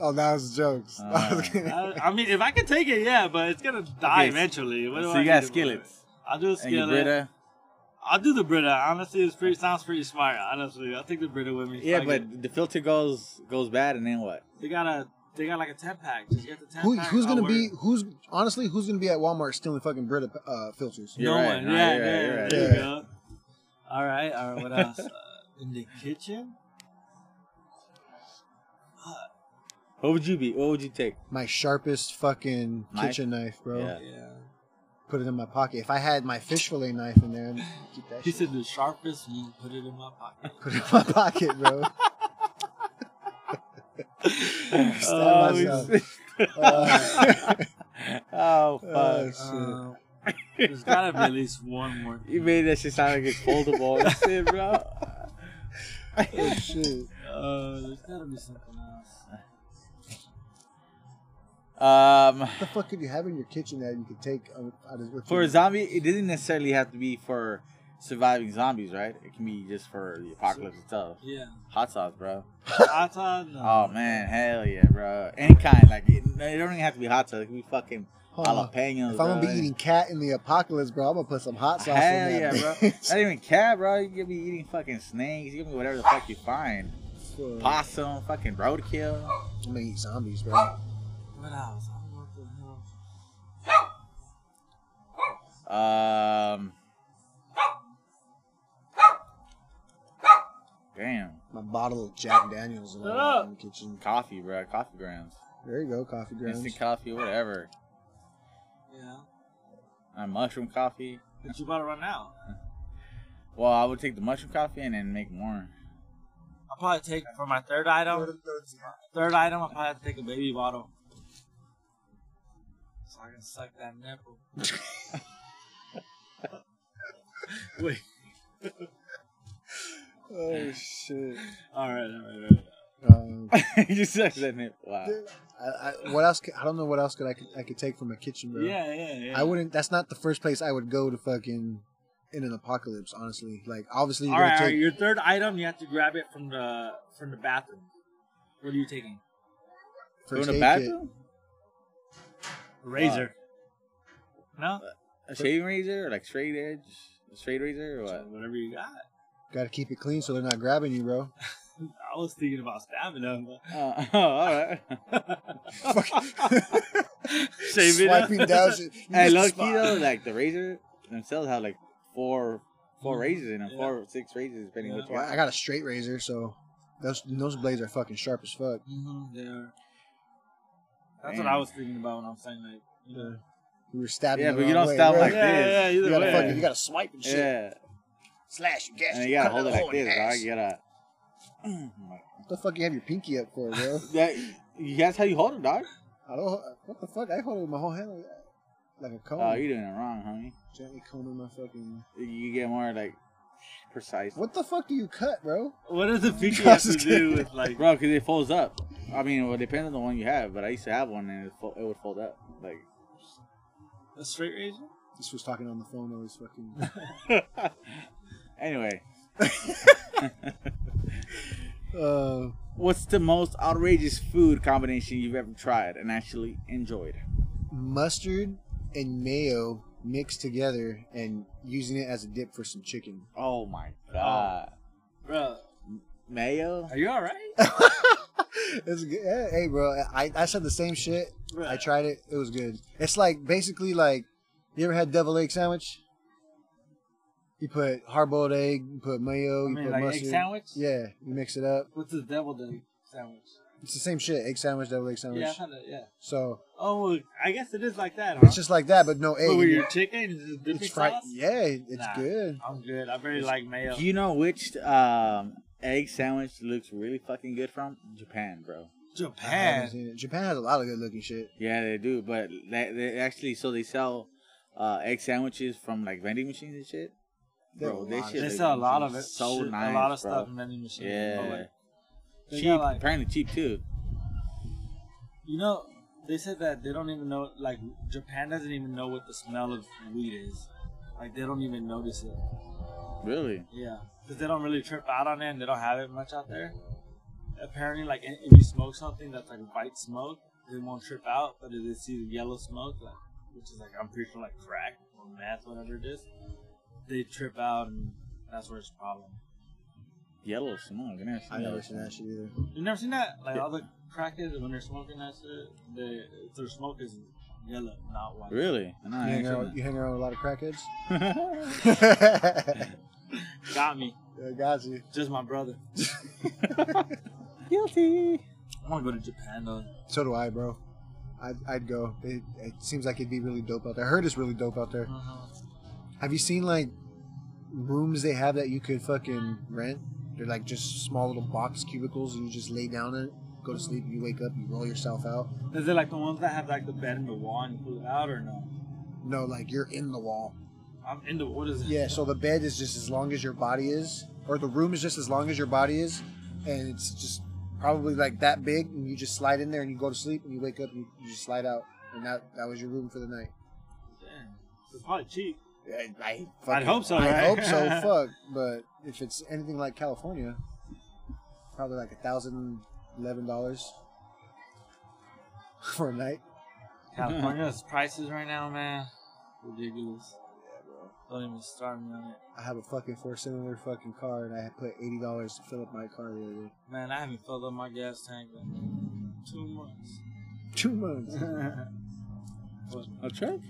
Oh, that was jokes. I was Ah. kidding. I, I mean, if I can take it, yeah, but it's gonna die Okay, s- eventually. What do so I you need got to- skillets I'll do a and your skillet. Brita. I'll do the Brita. Honestly, it's pretty sounds pretty smart. Honestly, I'll take the Brita with me. Yeah, Fuck it. but the filter goes goes bad, and then what? they got a they got like a ten pack. Just get the ten Who, pack. who's I'll gonna wear be? it. Who's honestly? Who's gonna be at Walmart stealing fucking Brita uh, filters? You're no right, one. no, yeah, you're right, yeah, you're right, there you're you go. All right, all right. What else? uh, in the kitchen? What would you be? What would you take? My sharpest fucking Knife? kitchen knife, bro. Yeah. Yeah. Put it in my pocket. If I had my fish fillet knife in there, I'd keep that He shit. said the sharpest one. Put it in my pocket. Put it in my pocket, bro. oh, myself. he's- Uh, oh oh, fuck! shit. Um, there's gotta be at least one more. you made that shit sound like it's foldable and shit, bro. Oh, shit. Uh, there's gotta be something else. Um, What the fuck could you have in your kitchen that you could take out out of? with for you? a zombie, it doesn't necessarily have to be for surviving zombies, right? It can be just for the apocalypse itself. Yeah. Hot sauce, bro. Ata, no. Oh man, hell yeah, bro. Any kind, like it, it don't even have to be hot sauce. It can be fucking Huh. jalapenos. If I'm gonna bro. be eating cat in the apocalypse, bro, I'm gonna put some hot sauce Hell in yeah, that. bro. bitch. Not even cat, bro. You gonna be eating fucking snakes. You gonna be whatever the fuck you find. Fuck. Possum, fucking roadkill. I'm gonna eat zombies, bro. What else? I don't know what the hell. Um. Damn, My bottle of Jack Daniels in Shut up. the kitchen. coffee, bro. Coffee grounds, There you go, coffee grounds. instant coffee, whatever. Yeah. Uh, mushroom coffee. But you about to run out. Well, I would take the mushroom coffee and then make more. I'll probably take for my third item. Third item, I'll probably have to take a baby bottle. So I can suck that nipple. Wait. Oh shit! Alright, alright, alright. Um, you suck that nip. Wow. I, I, what else? Could, I don't know what else could I could, I could take from a kitchen, bro. Yeah, yeah, yeah. I wouldn't. That's not the first place I would go to fucking in an apocalypse. Honestly, like obviously you're All right, gonna all right, take your third item, you have to grab it from the from the bathroom. What are you taking? Going first to aid bathroom? Razor. No? A shaving razor, like straight edge, straight razor, or what? Whatever you got. kit. Got to keep it clean so they're not grabbing you, bro. I was thinking about stabbing them. but- Uh, oh, all right. Fuck. Shave it up. Swiping down. shit. You missed the Hey, low key spot. though, like the razor themselves have like four, four razors in them, Mm-hmm. Yeah. four, or six razors depending Yeah. which Well, I one. got a straight razor, so Those those blades are fucking sharp as fuck. Mm-hmm, they are. That's Damn. what I was thinking about when I'm saying like, you know, We were stabbing. Yeah, the but you wrong don't way, stab bro. like Yeah, this. yeah, either You gotta way. fucking, you gotta swipe and shit. Yeah, Slash, you gash, and you gotta cut hold it hole like in this, dog. ass. You gotta. What the fuck you have your pinky up for, bro? That, that's how you hold it, dog. I don't. What the fuck? I hold it with my whole hand like that, like a cone. Oh, you're doing it wrong, homie. Gently combing my fucking. You get more like precise, What the fuck do you cut, bro? what does the feature I have was to just do kidding. with like? bro. Because it folds up. I mean, well, it depends on the one you have, but I used to have one and it, fo- it would fold up. Like, A straight razor? This was talking on the phone. Always fucking. anyway, Uh, what's the most outrageous food combination you've ever tried and actually enjoyed? mustard and mayo mixed together and using it as a dip for some chicken. Oh my god, Bro, mayo. are you alright? it's good. Hey, bro. I, I said the same shit. Bro, I tried it. It was good. It's like basically like you ever had devil egg sandwich? You put hard boiled egg, you put mayo, you I mean, put like mustard. egg sandwich? Yeah, you mix it up. What's the devil day sandwich? It's the same shit. Egg sandwich, double egg sandwich. Yeah, I had it, yeah. So Oh, well, I guess it is like that, huh? it's just like that, but no egg. but with your chicken, it's just dipping it's fried. sauce? Yeah, it's Nah. good. I'm good. I really like mayo. Do you know which um, egg sandwich looks really fucking good from Japan, bro? I haven't Japan. seen it. Japan has a lot of good looking shit. Yeah, they do, but they, they actually so they sell uh, egg sandwiches from like vending machines and shit. They have Bro, a they lot of shit They look sell a lot of it. So Shit, nice, A lot of bro. stuff in vending machines. Yeah, But, like, They cheap. got, like- apparently cheap too. you know, they said that they don't even know. Like Japan doesn't even know what the smell of weed is. Like they don't even notice it. Really? Yeah, because they don't really trip out on it, and they don't have it much out there. Apparently, like i- if you smoke something that's like white smoke, they won't trip out. But if they see the yellow smoke, like which is like I'm pretty sure like crack or meth, whatever it is, they trip out, and that's where it's a problem. Yellow smoke. I never seen I never that. seen that shit either. You never seen that? Like all the crackheads when they're smoking that shit, they, their smoke is yellow, not white. Really? You No, I hang, ain't around, seen you hang around with a lot of crackheads. that. Got me. I got you. Just my brother. Guilty. I want to go to Japan though. So do I, bro. I'd, I'd go. It, it seems like it'd be really dope out there. I heard it's really dope out there. Uh-huh. Have you seen like rooms they have that you could fucking rent? They're like just small little box cubicles, and you just lay down in it, go to sleep. You wake up, you roll yourself out. Is it like the ones that have like the bed in the wall and you pull it out or no? No, like you're in the wall. I'm into what is it? Yeah, so the bed is just as long as your body is, or the room is just as long as your body is, and it's just probably like that big, and you just slide in there and you go to sleep, and you wake up, and you, you just slide out, and that that was your room for the night. Damn. It's probably cheap. I, I I'd hope so. I right? hope so. Fuck, but if it's anything like California, probably like a thousand eleven dollars for a night. California's prices right now, man, ridiculous. Don't even start me on it, I have a fucking four cylinder fucking car, and I had put eighty dollars to fill up my car the other day. man. I haven't filled up my gas tank in two months. Two months. A truck?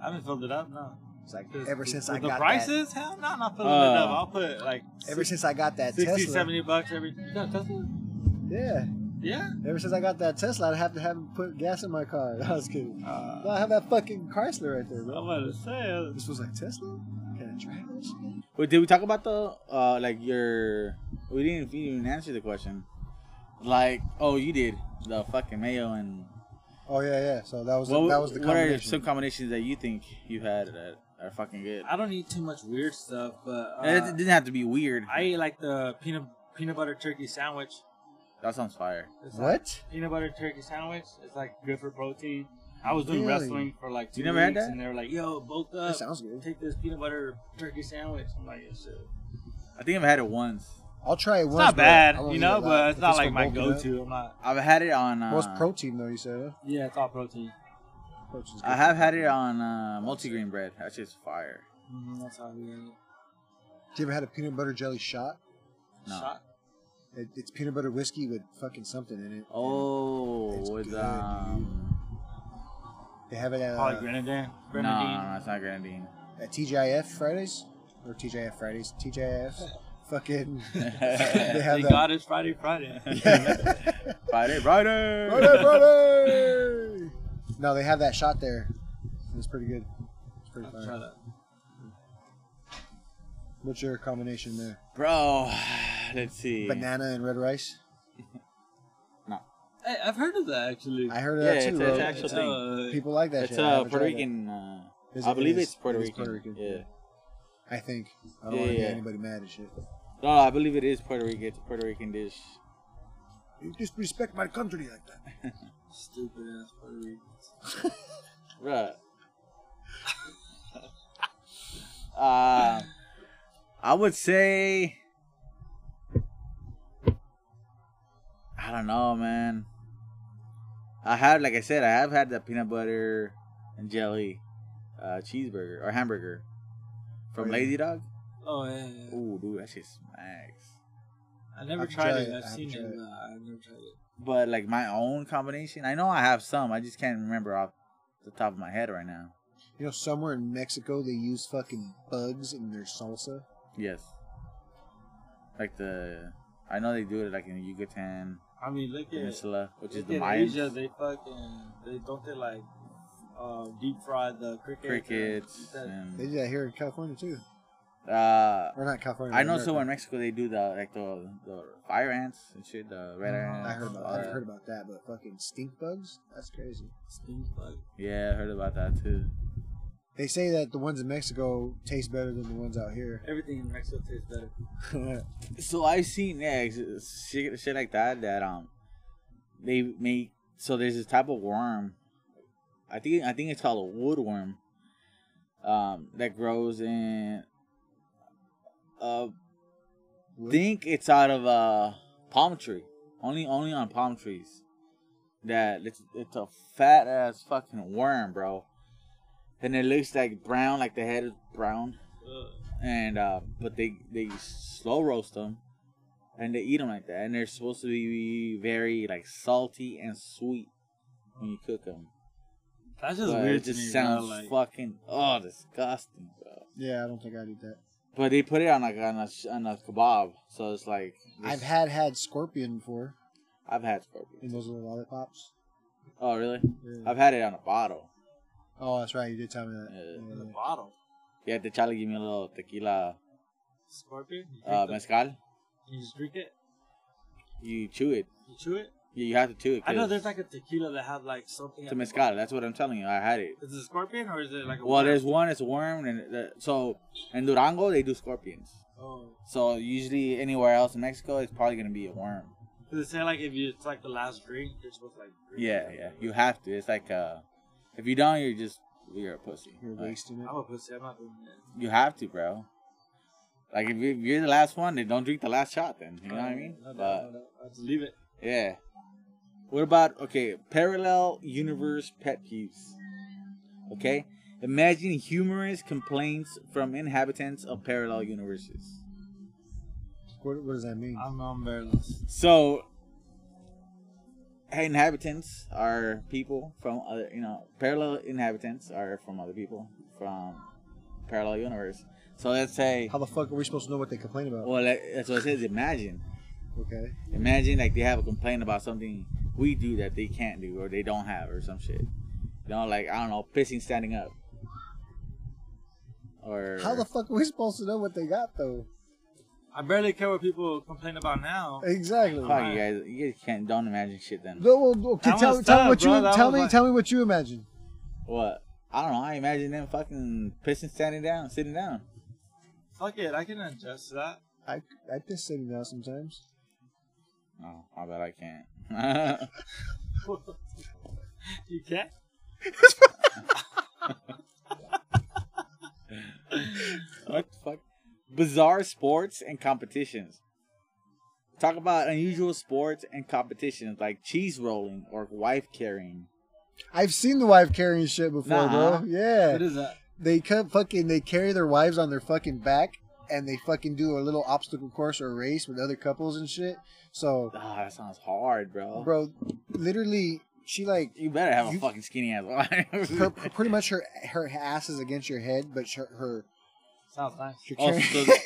I haven't filled it up, no. It's like 'Cause ever the- since the, I got prices, hell no, I'm not filling it Uh, up. I'll put like that. Ever six- since I got that 60, Tesla. 70 bucks every. No, Tesla? Yeah. Yeah. Ever since I got that Tesla, I'd have to have put gas in my car. I was kidding. No, I have that fucking Chrysler right there, Uh, I'm bro. about to say, This was like Tesla. Can I drive this? shit? Wait, did we talk about the uh like your? We didn't even answer the question. Like, oh, you did the fucking mayo and Oh yeah, yeah. So that was the, What- that was the what are combination. some combinations that you think you've had that are fucking good? I don't eat too much weird stuff, but And uh, it didn't have to be weird. I eat like the peanut peanut butter turkey sandwich. that sounds fire. It's like what? peanut butter turkey sandwich. It's like good for protein. I was doing Really? wrestling for like two You never weeks, had that? and they were like, "Yo, bulk That up, sounds good. take this peanut butter turkey sandwich." I'm like, "Yes, sir." I think I've had it once. I'll try it It's once. not but bad, I won't you eat a know, lot. but it's If not gonna like my bulk it up- go-to. I'm not. I've had it on. Uh, Well, it's protein though. You said huh? Yeah, it's all protein. protein's good. I have had it on uh, multigrain bread. That's just fire. hmm that's how we eat it. You ever had a peanut butter jelly shot? No. Shot. It, it's peanut butter whiskey with fucking something in it. Oh, It's with good, um, They have it at, Probably uh, grenadine. no, Grenadine. no, no, it's not grenadine. at TGIF Fridays or TGIF Fridays. TGIF fucking Friday, have Thank that. God it's Friday, Friday. Friday. Friday, Friday. No, they have that shot there. It's pretty good. It's pretty I'll fire. try that. What's your combination there? Bro, let's see. Banana and red rice. Hey, I've heard of that actually. I heard of Yeah, that it's- too. it's bro. actual It's, thing. uh, People like that. It's shit. I uh, haven't Puerto tried that. Rican. Uh, Is I it- believe it is- it's Puerto it is Rican. Yeah. I think. I don't Yeah, want to yeah. get anybody mad and shit. No, I believe it is Puerto Rican. It's a Puerto Rican dish. You disrespect my country like that. Stupid ass Puerto Ricans. Right. uh, I would say. I don't know, man. I have, like I said, I have had the peanut butter and jelly uh, cheeseburger or hamburger from Oh, yeah. Lazy Dog. Oh yeah, yeah, yeah. Ooh, dude, that shit smacks. I never I've tried tried it. it, I've I've seen tried it, it. but I've never tried it. But like my own combination, I know I have some. I just can't remember off the top of my head right now. You know, somewhere in Mexico they use fucking bugs in their salsa. Yes. Like the, I know they do it like in Yucatan I mean, look at Peninsula, which is look the at Mayans. Asia. They fucking they don't they like uh, deep fry the cricket. crickets. They And, do that here in California too, uh, or not California. I but know America. somewhere in Mexico they do the like the the fire ants and shit, the red Mm-hmm. ants. I heard about. all I've that. heard about that, but fucking stink bugs. That's crazy. Stink bug. Yeah, I heard about that too. They say that the ones in Mexico taste better than the ones out here. Everything in Mexico tastes better. So I've seen yeah, ex- shit, shit like that that um they make so there's this type of worm. I think I think it's called a woodworm. Um, that grows in. Uh, Wood? think it's out of a palm tree. Only only on palm trees. That it's it's a fat ass fucking worm, bro. And it looks like brown, like the head is brown Ugh. and uh, but they they slow roast them, and they eat them like that, and they're supposed to be very like salty and sweet when you cook them. That's just but weird. it to just me, bro, sounds like, fucking oh disgusting, bro. yeah, I don't think I'd eat that. But they put it on like on a sh- on a kebab, so it's like this- I've had had scorpion before I've had scorpion. in those little lollipops. Mm-hmm. Oh really? Yeah. I've had it on a bottle. Oh, that's right. You did tell me that. Yeah. in the Yeah. bottle. Yeah, the Charlie gave me a little tequila Scorpion. You, uh, drink the- mezcal. you just drink it. You chew it. You chew it. You you have to chew it. I know 'cause there's like a tequila that has like something. at it's a the mezcal. That's what I'm telling you. I had it. bottom. Is it a scorpion or is it like a? Well, worm? there's one. It's a worm, and the, so in Durango they do scorpions. Oh. So usually anywhere else in Mexico, it's probably gonna be a worm. Does it say like if you it's like the last drink, you're supposed to like drink Yeah, it? yeah. You have to. It's like uh, if you don't, you're just you're a pussy. You're Like, wasting it. I'm a pussy, I'm not doing that. you have to, bro. Like if you- if you're the last one, then don't drink the last shot. Then you know what I mean. Oh, No, no, But no, no. I'll just leave it. yeah. What about okay? Parallel universe pet peeves. Okay. Imagine humorous complaints from inhabitants of parallel universes. What, what does that mean? I'm on barrels. So, inhabitants are people from other, you know, parallel inhabitants are from other people from parallel universe. So let's say, How the fuck are we supposed to know what they complain about? well, that- that's what it says. Imagine, Okay. imagine like they have a complaint about something we do that they can't do or they don't have or some shit. You know, like I don't know, pissing standing up. Or How the fuck are we supposed to know what they got though? I barely care what people complain about now. Exactly. fuck you guys, you guys can't don't imagine shit then. No, well, okay, That tell, one's tell tough, me what bro. you That tell one's me like- tell me what you imagine. What? I don't know. I imagine them fucking pissing standing down, sitting down. Fuck it, I can adjust to that. I I piss sitting down sometimes. Oh, I bet I can't. you can? what the fuck? Bizarre sports and competitions. Talk about unusual sports and competitions like cheese rolling or wife carrying. I've seen the wife carrying shit before, Nuh-uh. bro. Yeah. What is that? They cut fucking they carry their wives on their fucking back and they fucking do a little obstacle course or race with other couples and shit. So, Ah, that sounds hard, bro. bro, literally she like You better have a You- fucking skinny ass wife. her, pretty much her her ass is against your head, but her, her Sounds nice. she's Oh, carrying, so-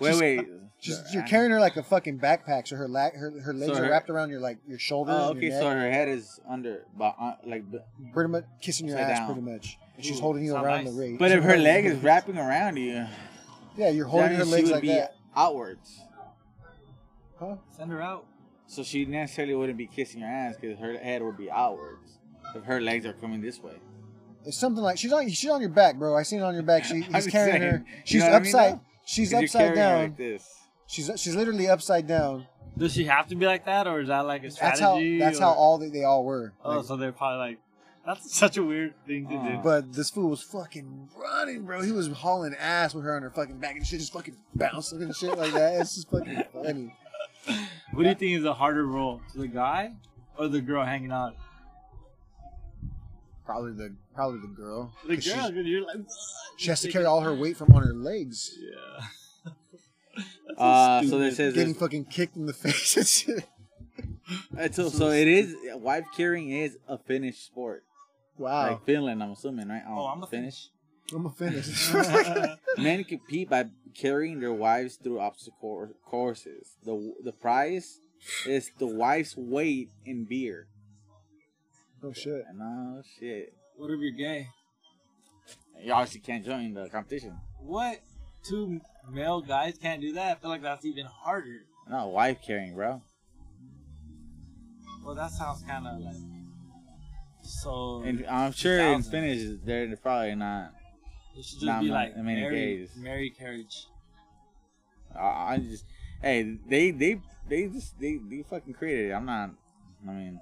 Wait, Just- wait. Uh, She's, Sorry, you're I- carrying her like a fucking backpack, so her la- her, her legs So are her- wrapped around your like your shoulder. Oh, and your okay. neck, So her head is under, but uh, like, but- pretty much kissing your Upside ass, down. pretty much. And she's Ooh, holding you sound around nice. the ring. but if her leg is wrapping around you, yeah, you're that holding her means she legs would like be that. outwards. Huh? Send her out. So she necessarily wouldn't be kissing your ass because her head would be outwards if her legs are coming this way. It's something like she's on she's on your back, bro. I seen it on your back. She I'm he's just carrying saying, her. you She's know what I mean, upside. though? she's 'Cause you're upside carrying her down. like this. she's she's literally upside down. Does she have to be like that, or is that like a That's how strategy? that's how or- all they, they all were. Oh, Like, Oh. so they're probably like, that's such a weird thing to Aw. do. But this fool was fucking running, bro. He was hauling ass with her on her fucking back and shit, just fucking bouncing and shit like that. It's just fucking funny. What do you think is a harder role, the guy or the girl hanging out? Probably the probably the girl. The 'Cause she's- girl, because you're like, She has to carry all her weight from on her legs, Yeah. That's Uh, so stupid. this is getting fucking kicked in the face and shit. Uh, So, so it is. Wife carrying is a Finnish sport, Wow, like Finland. I'm assuming, right? Oh, I'm a Finnish. I'm offended. Men compete by carrying their wives through obstacle courses. the The prize is the wife's weight in beer. oh shit. And oh shit! What if you're gay? You obviously can't join the competition. What? Two male guys can't do that? I feel like that's even harder. No, wife carrying, bro. Well, that sounds kind of like. So. And I'm sure in 2000. Finnish they're probably not. it should just nah, be man, like I mean, Mary, gays. Mary Carriage. I, I just, hey, they, they, they just, they, they fucking created it. I'm not. I mean,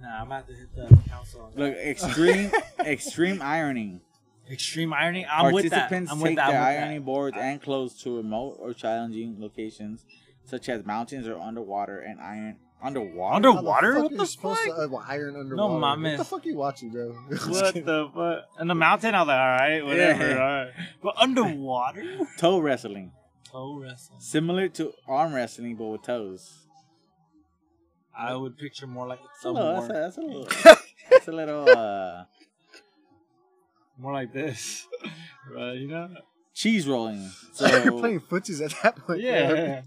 Nah, I'm about to hit the council. on that. look, extreme, extreme ironing. Extreme ironing. I'm with that. Participants I'm with take that. their I'm with that. ironing boards and clothes to remote or challenging locations, such as mountains or underwater, and iron underwater. How the Underwater? fuck are What the you supposed fuck? to uh, iron underwater? mames. What the fuck are you watching, bro? What the fuck? In the mountain? I was like, all right, whatever, Yeah. all right. But underwater? Toe wrestling, Toe wrestling. similar to arm wrestling but with toes. I would picture more like That's a a little. That's a, more, that's a little. that's a little uh, more like this, right? You know? cheese rolling. You're So playing footsies at that point. bro. Yeah.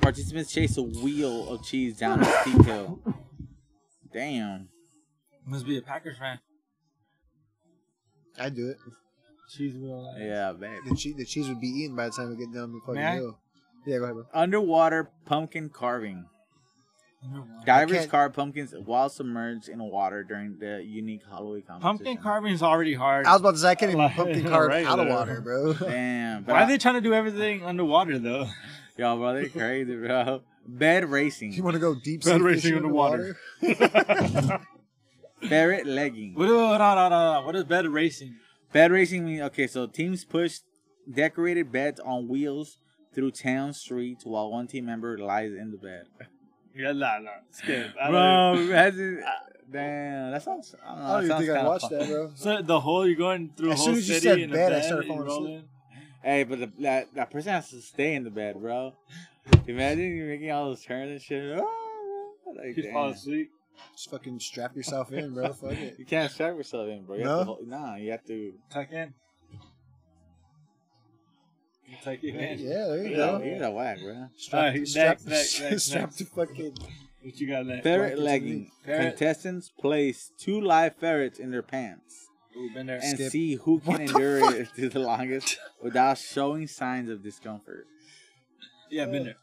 participants chase a wheel of cheese down a steep hill. Damn. Must be a Packers fan. I'd do it. Cheese wheel. Yeah, man. The cheese, the cheese would be eaten by the time we get down the fucking May I? hill. Yeah, go ahead, bro. Underwater pumpkin carving. Underwater. Divers can't- carve pumpkins while submerged in water during the unique Halloween competition. Pumpkin carving is already hard. I was about to say, I can't even Like, pumpkin carve right out of there. water, bro. Damn, but Why I, are they trying to do everything underwater though? y'all, bro, they crazy, bro. Bed You racing, want to go deep sea Bed racing fishing underwater. underwater? ferret legging. What, no, no, no, no. what is bed racing? Bed racing means okay. So teams push decorated beds on wheels through town streets while one team member lies in the bed. Yeah, nah, nah. Skip. I don't- Bro, imagine- damn, that sounds. I don't know, I don't that even sounds think I kinda watched fun. that, bro. So the whole you're going through a As whole soon as you city said in a bed, I bed, started you falling asleep. rolling. Hey, but the, that that person has to stay in the bed, bro. Imagine you making all those turns and shit. Oh, Like, You fall damn. asleep. Just fucking strap yourself in, bro. Fuck it. You can't strap yourself in, bro. You No? have to hold, nah, you have to. Tuck in. You tuck it in. Yeah, there you You're go. a- you're a whack, bro. Strap, Alright, strap, next, next, next, strap next. the fucking. What you got left? Ferret Fucking legging. Ferret. Contestants place two live ferrets in their pants Ooh, been there. and Skip. see who can What the endure it to the longest without showing signs of discomfort. Yeah, been there.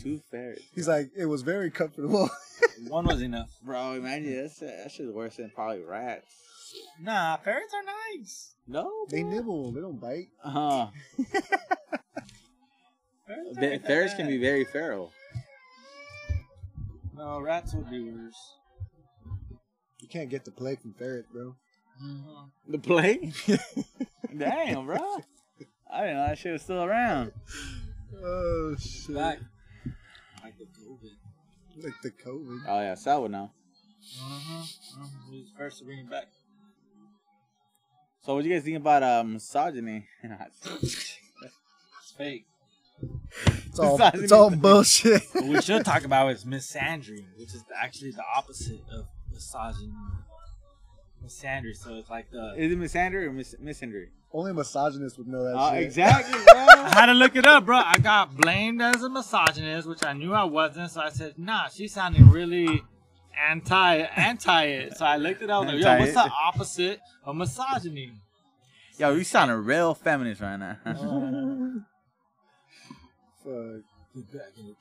Two ferrets, He's like, it was very comfortable. One was enough. bro. Imagine that's that shit's worse than probably rats. Nah, ferrets are nice. No, they bro. nibble, they don't bite. Uh-huh. Ferrets, Ve- aren't that ferrets can bad. be very feral. No, rats would be worse. You can't get the plague from ferret, bro. Mm-hmm. The plague. Damn, bro. I didn't know that shit was still around. Oh shit! Back. Like the COVID. Like the COVID. Oh yeah, so I would know. Uh-huh. Who's first to bring it back? So what do you guys think about uh, misogyny? It's fake. It's all, not it's even- all bullshit. what we should talk about is misandry, which is actually the opposite of misogyny. Misandry, so it's like the Is it misandry or mis- misandry? Only a misogynist would know that. Uh, shit. exactly, bro. I had to look it up, bro. I got blamed as a misogynist, which I knew I wasn't. So I said, "Nah, she's sounding really anti anti it." So I looked it up. I was like, "Yo, what's Anti it. the opposite of misogyny?" Yo, you sounding real feminist right now. Fuck. Get back in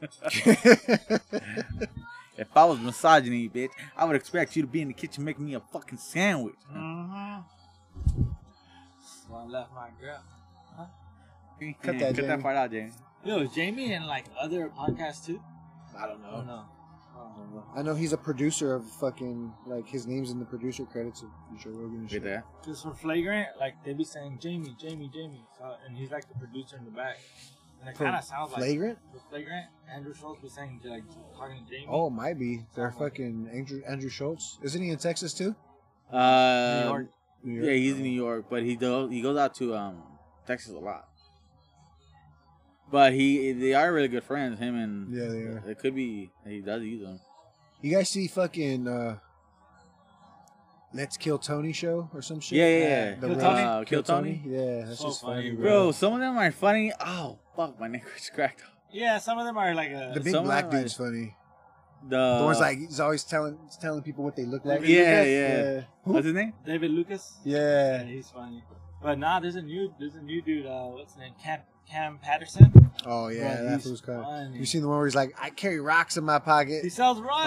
the kitchen. if I was misogyny, bitch, I would expect you to be in the kitchen making me a fucking sandwich. Mhm. So I left my girl. Cut Yeah, that, cut Jamie. that part out, Jamie. Yo, is Jamie in like other podcasts too? I don't Oh know. no. Oh, I know he's a producer of fucking like his name's in the producer credits of Joe Rogan. And Right shit. there. Just for flagrant, like they be saying Jamie, Jamie, Jamie, so, and he's like the producer in the back, and it For kind of sounds like Flagrant? for flagrant. Andrew Schultz was saying like talking to Jamie. Oh, it might be. They're fucking Andrew Andrew Schultz. Isn't he in Texas too? New Uh, York. New yeah, he's in New York, but he do, he goes out to um Texas a lot. But he they are really good friends. Him and Yeah, they are. it could be he does use them. You guys see fucking uh, Let's Kill Tony show or some shit? Yeah, yeah, yeah. The Kill Rock- Tony? Uh, Kill Tony? Yeah, that's So just funny, funny, Bro, some of them are funny. Oh fuck, my neck was cracked. Yeah, some of them are uh, like uh, a. The big some of black them are- dude's funny. The, the one's like he's always telling he's telling people what they look like. yeah, Yeah, yeah. what's his name? David Lucas. yeah. Yeah, he's funny. But nah, there's a new there's a new dude. Uh, what's his name? Cam Cam Patterson. Oh yeah, Bro, that he's was kind of. funny. You seen the one where he's like, I carry rocks in my He pocket. sells right.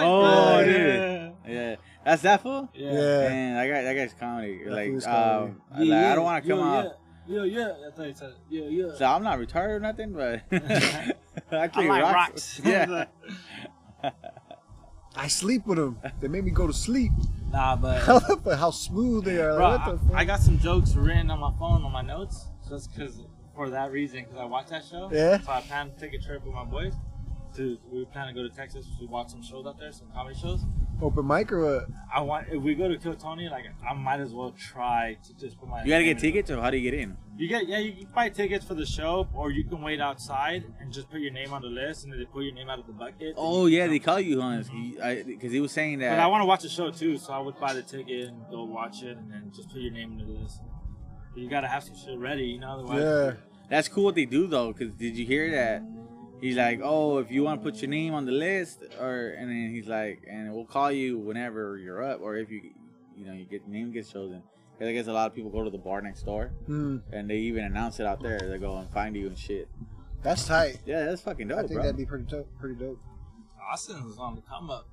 bro. Oh, dude. Yeah. Yeah, that's that fool. Yeah. Yeah, Man, that guy, that guy's comedy. That like, fool's comedy. um, like, I don't want to come yeah, off. Yeah, yeah, yeah. That's what he said. Yeah, yeah. So I'm not retarded or nothing, but I I think like rocks. rocks. Yeah, I sleep with them. They make me go to sleep. nah, but but how smooth they are. Bro, Like, what the I, fuck? I got some jokes written on my phone on my notes just because for that reason because I watch that show. Yeah. So I plan to take a trip with my boys. To we plan to go to Texas to watch some shows out there, some comedy shows. Open mic or what? I want if we go to Kill Tony, like I might as well try to just put my. you gotta name get in. tickets, or how do you get in? You get yeah, you can buy tickets for the show, or you can wait outside and just put your name on the list, and then they pull your name out of the bucket. Oh yeah, they call you, huh? Because he was saying Mm-hmm. But I that. want to watch the show too, so I would buy the ticket and go watch it, and then just put your name into the list. But you gotta have some shit ready, you know. Otherwise, Yeah. That's cool what they do though. Because did you hear that? He's like, oh, if you want to put your name on the list, or and then he's like, and we'll call you whenever you're up, or if you, you know, you get name gets chosen. 'Cause I guess a lot of people go to the bar next door, Hmm. and they even announce it out there. They go and find you and shit. That's tight. Yeah, that's fucking Oh, dope, I think bro. that'd be pretty dope. Pretty dope. Austin's on the come up.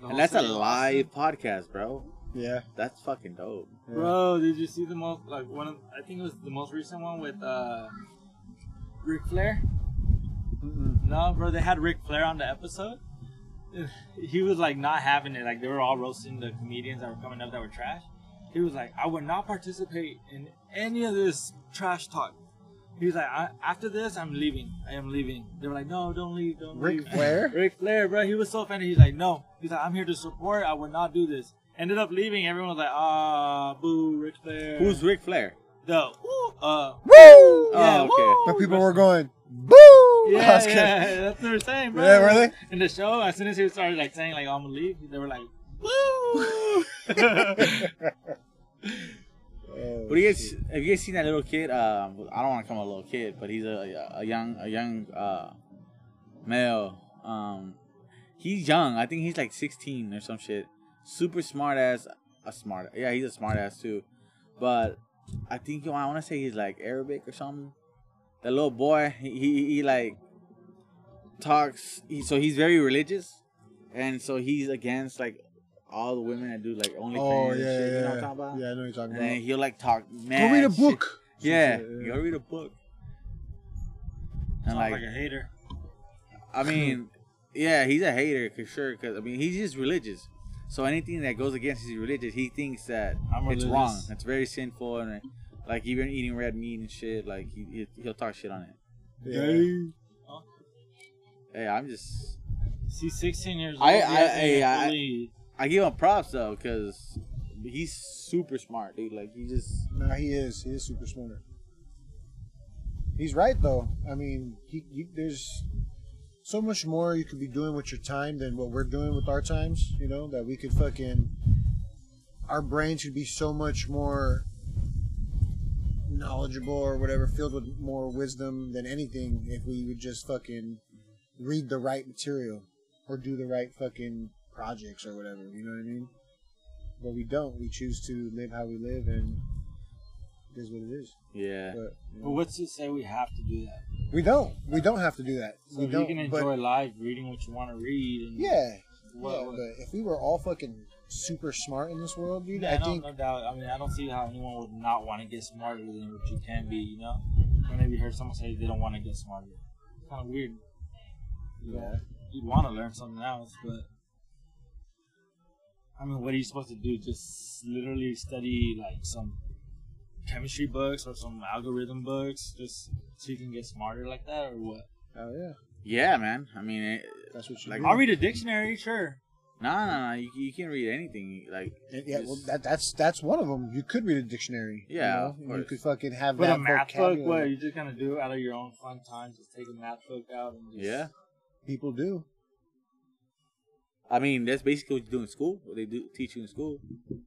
The whole and that's a city of Austin. live podcast, bro. Yeah. That's fucking dope. yeah. Bro, did you see the most like one of I think it was the most recent one with uh Ric Flair? Mm-mm. No, bro, they had Ric Flair on the episode. He was like not having it. Like they were all roasting the comedians that were coming up that were trash. He was like, I would not participate in any of this trash talk. He was like, I, after this, I'm leaving. I am leaving. They were like, no, don't leave, don't Ric leave. Flair? Ric Flair, bro. He was so offended. He's like, no. He's like, I'm here to support. I would not do this. Ended up leaving. Everyone was like, ah, boo, Ric Flair. Who's Ric Flair? Oh, the? Woo, uh, Woo! yeah, okay. woo, But people bro. were going, boo! I Yeah, was kidding. yeah, that's what they're saying, bro. Yeah, were they? In the show, as soon as he started like saying like I'm gonna leave, they were like, "Woo!" Oh, What do you guys? shit. Have you guys seen that little kid? Um, I don't want to call him a little kid, but he's a, a young a young uh, male. Um, he's young. I think he's like 16 or some shit. Super smart ass. A smart. Yeah, he's a smart ass too. But I think I want to say he's like Arabic or something. The little boy, he he, he like talks. He, so he's very religious, and so he's against like all the women that do like only Oh, and yeah, shit. yeah. You know what I'm talking about? Yeah, I know what you're talking And then about. he'll like talk mad. Go read a shit. book. Yeah, Shit, yeah. go read a book. And Sounds like, like, a hater. I mean, yeah, he's a hater for sure. Cause I mean, he's just religious. So anything that goes against his religion, he thinks that I'm religious. it's wrong. It's very sinful, and like even eating red meat and shit. Like he, he he'll talk shit on it. Yeah. Hey, I'm just See, 16 years old. I- he I- hasn't even I- I- fully- I give him props though, cause he's super smart, dude. Like he just No, he is. He is super smart. He's right though. I mean, he, you, there's so much more you could be doing with your time than what we're doing with our times. You know that we could fucking our brains should be so much more knowledgeable or whatever, filled with more wisdom than anything, if we would just fucking read the right material or do the right fucking projects or whatever. You know what I mean? But we don't. We choose to live how we live, and it is what it is. Yeah. But, you But know, what's to say we have to do that? we don't. We don't have to do that. So we if don't. you can but- enjoy life, reading what you want to read, and yeah. what, yeah, what- but if we were all fucking super smart in this world, dude, Yeah, I no, think no doubt. I mean, I don't see how anyone would not want to get smarter than what you can be. You know, I maybe heard someone say they don't want to get smarter. It's kind of weird. You know, you want to learn something else, but I mean, what are you supposed to do? Just literally study like some chemistry books or some algorithm books, just so you can get smarter like that, or what? oh yeah, Yeah, man. I mean, it, that's what you Like, do. I'll read a dictionary, sure. no, no, no. You, you can read anything. Like, And yeah, well, that, that's that's one of them. You could read a dictionary. you Yeah, know, of and you course. could fucking have But that a math book, what vocabulary. you just gonna do it out of your own fun time? Just take a math book out and just yeah. People do. I mean, that's basically what you do in school. What they do teach you in school.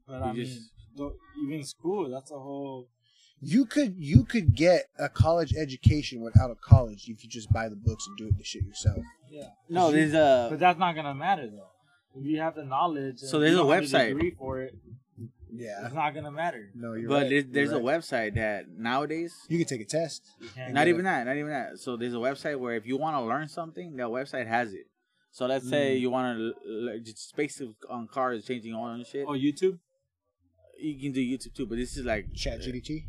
But You I mean, just- though- even school, that's a whole. You could you could get a college education without a college if you just buy the books and do it the shit yourself. Yeah. No, there's But a that's not going to matter, though. If you have the knowledge. So and there's you a don't have website. degree for it, Yeah. it's not going to matter. No, you're but right. there's, there's You're a right. website that nowadays. You could take a test. You can't Not get even that. Not even that. So there's a website where if you want to learn something, that website has it. So let's Mm. say you want to just space on cars, changing oil and it. shit. Oh, YouTube? You can do YouTube too, but this is like Chat GDT.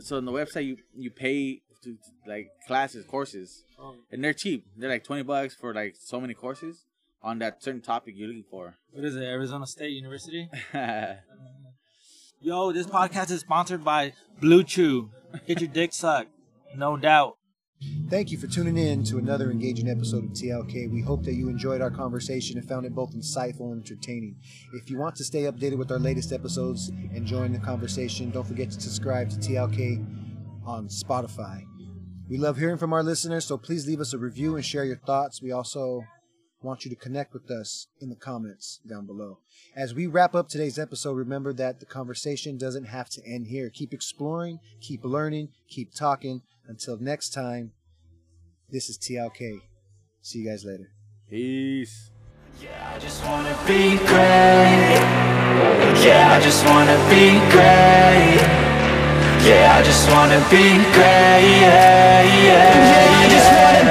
so on the website you you pay to like classes, courses, Oh, and they're cheap. They're like twenty bucks for like so many courses on that certain topic you're looking for. what is it? Arizona State University? Yo, this podcast is sponsored by Blue Chew. Get your dick sucked. No doubt. Thank you for tuning in to another engaging episode of TLK. We hope that you enjoyed our conversation and found it both insightful and entertaining. If you want to stay updated with our latest episodes and join the conversation, don't forget to subscribe to TLK on Spotify. We love hearing from our listeners, so please leave us a review and share your thoughts. We also want you to connect with us in the comments down below. As we wrap up today's episode, remember that the conversation doesn't have to end here. Keep exploring, keep learning, keep talking. Until next time. This is TLK. See you guys later. Peace. Yeah, I just wanna be great. Yeah, I just wanna be great. Yeah, I just wanna be great. Yeah, yeah, yeah. I just wanna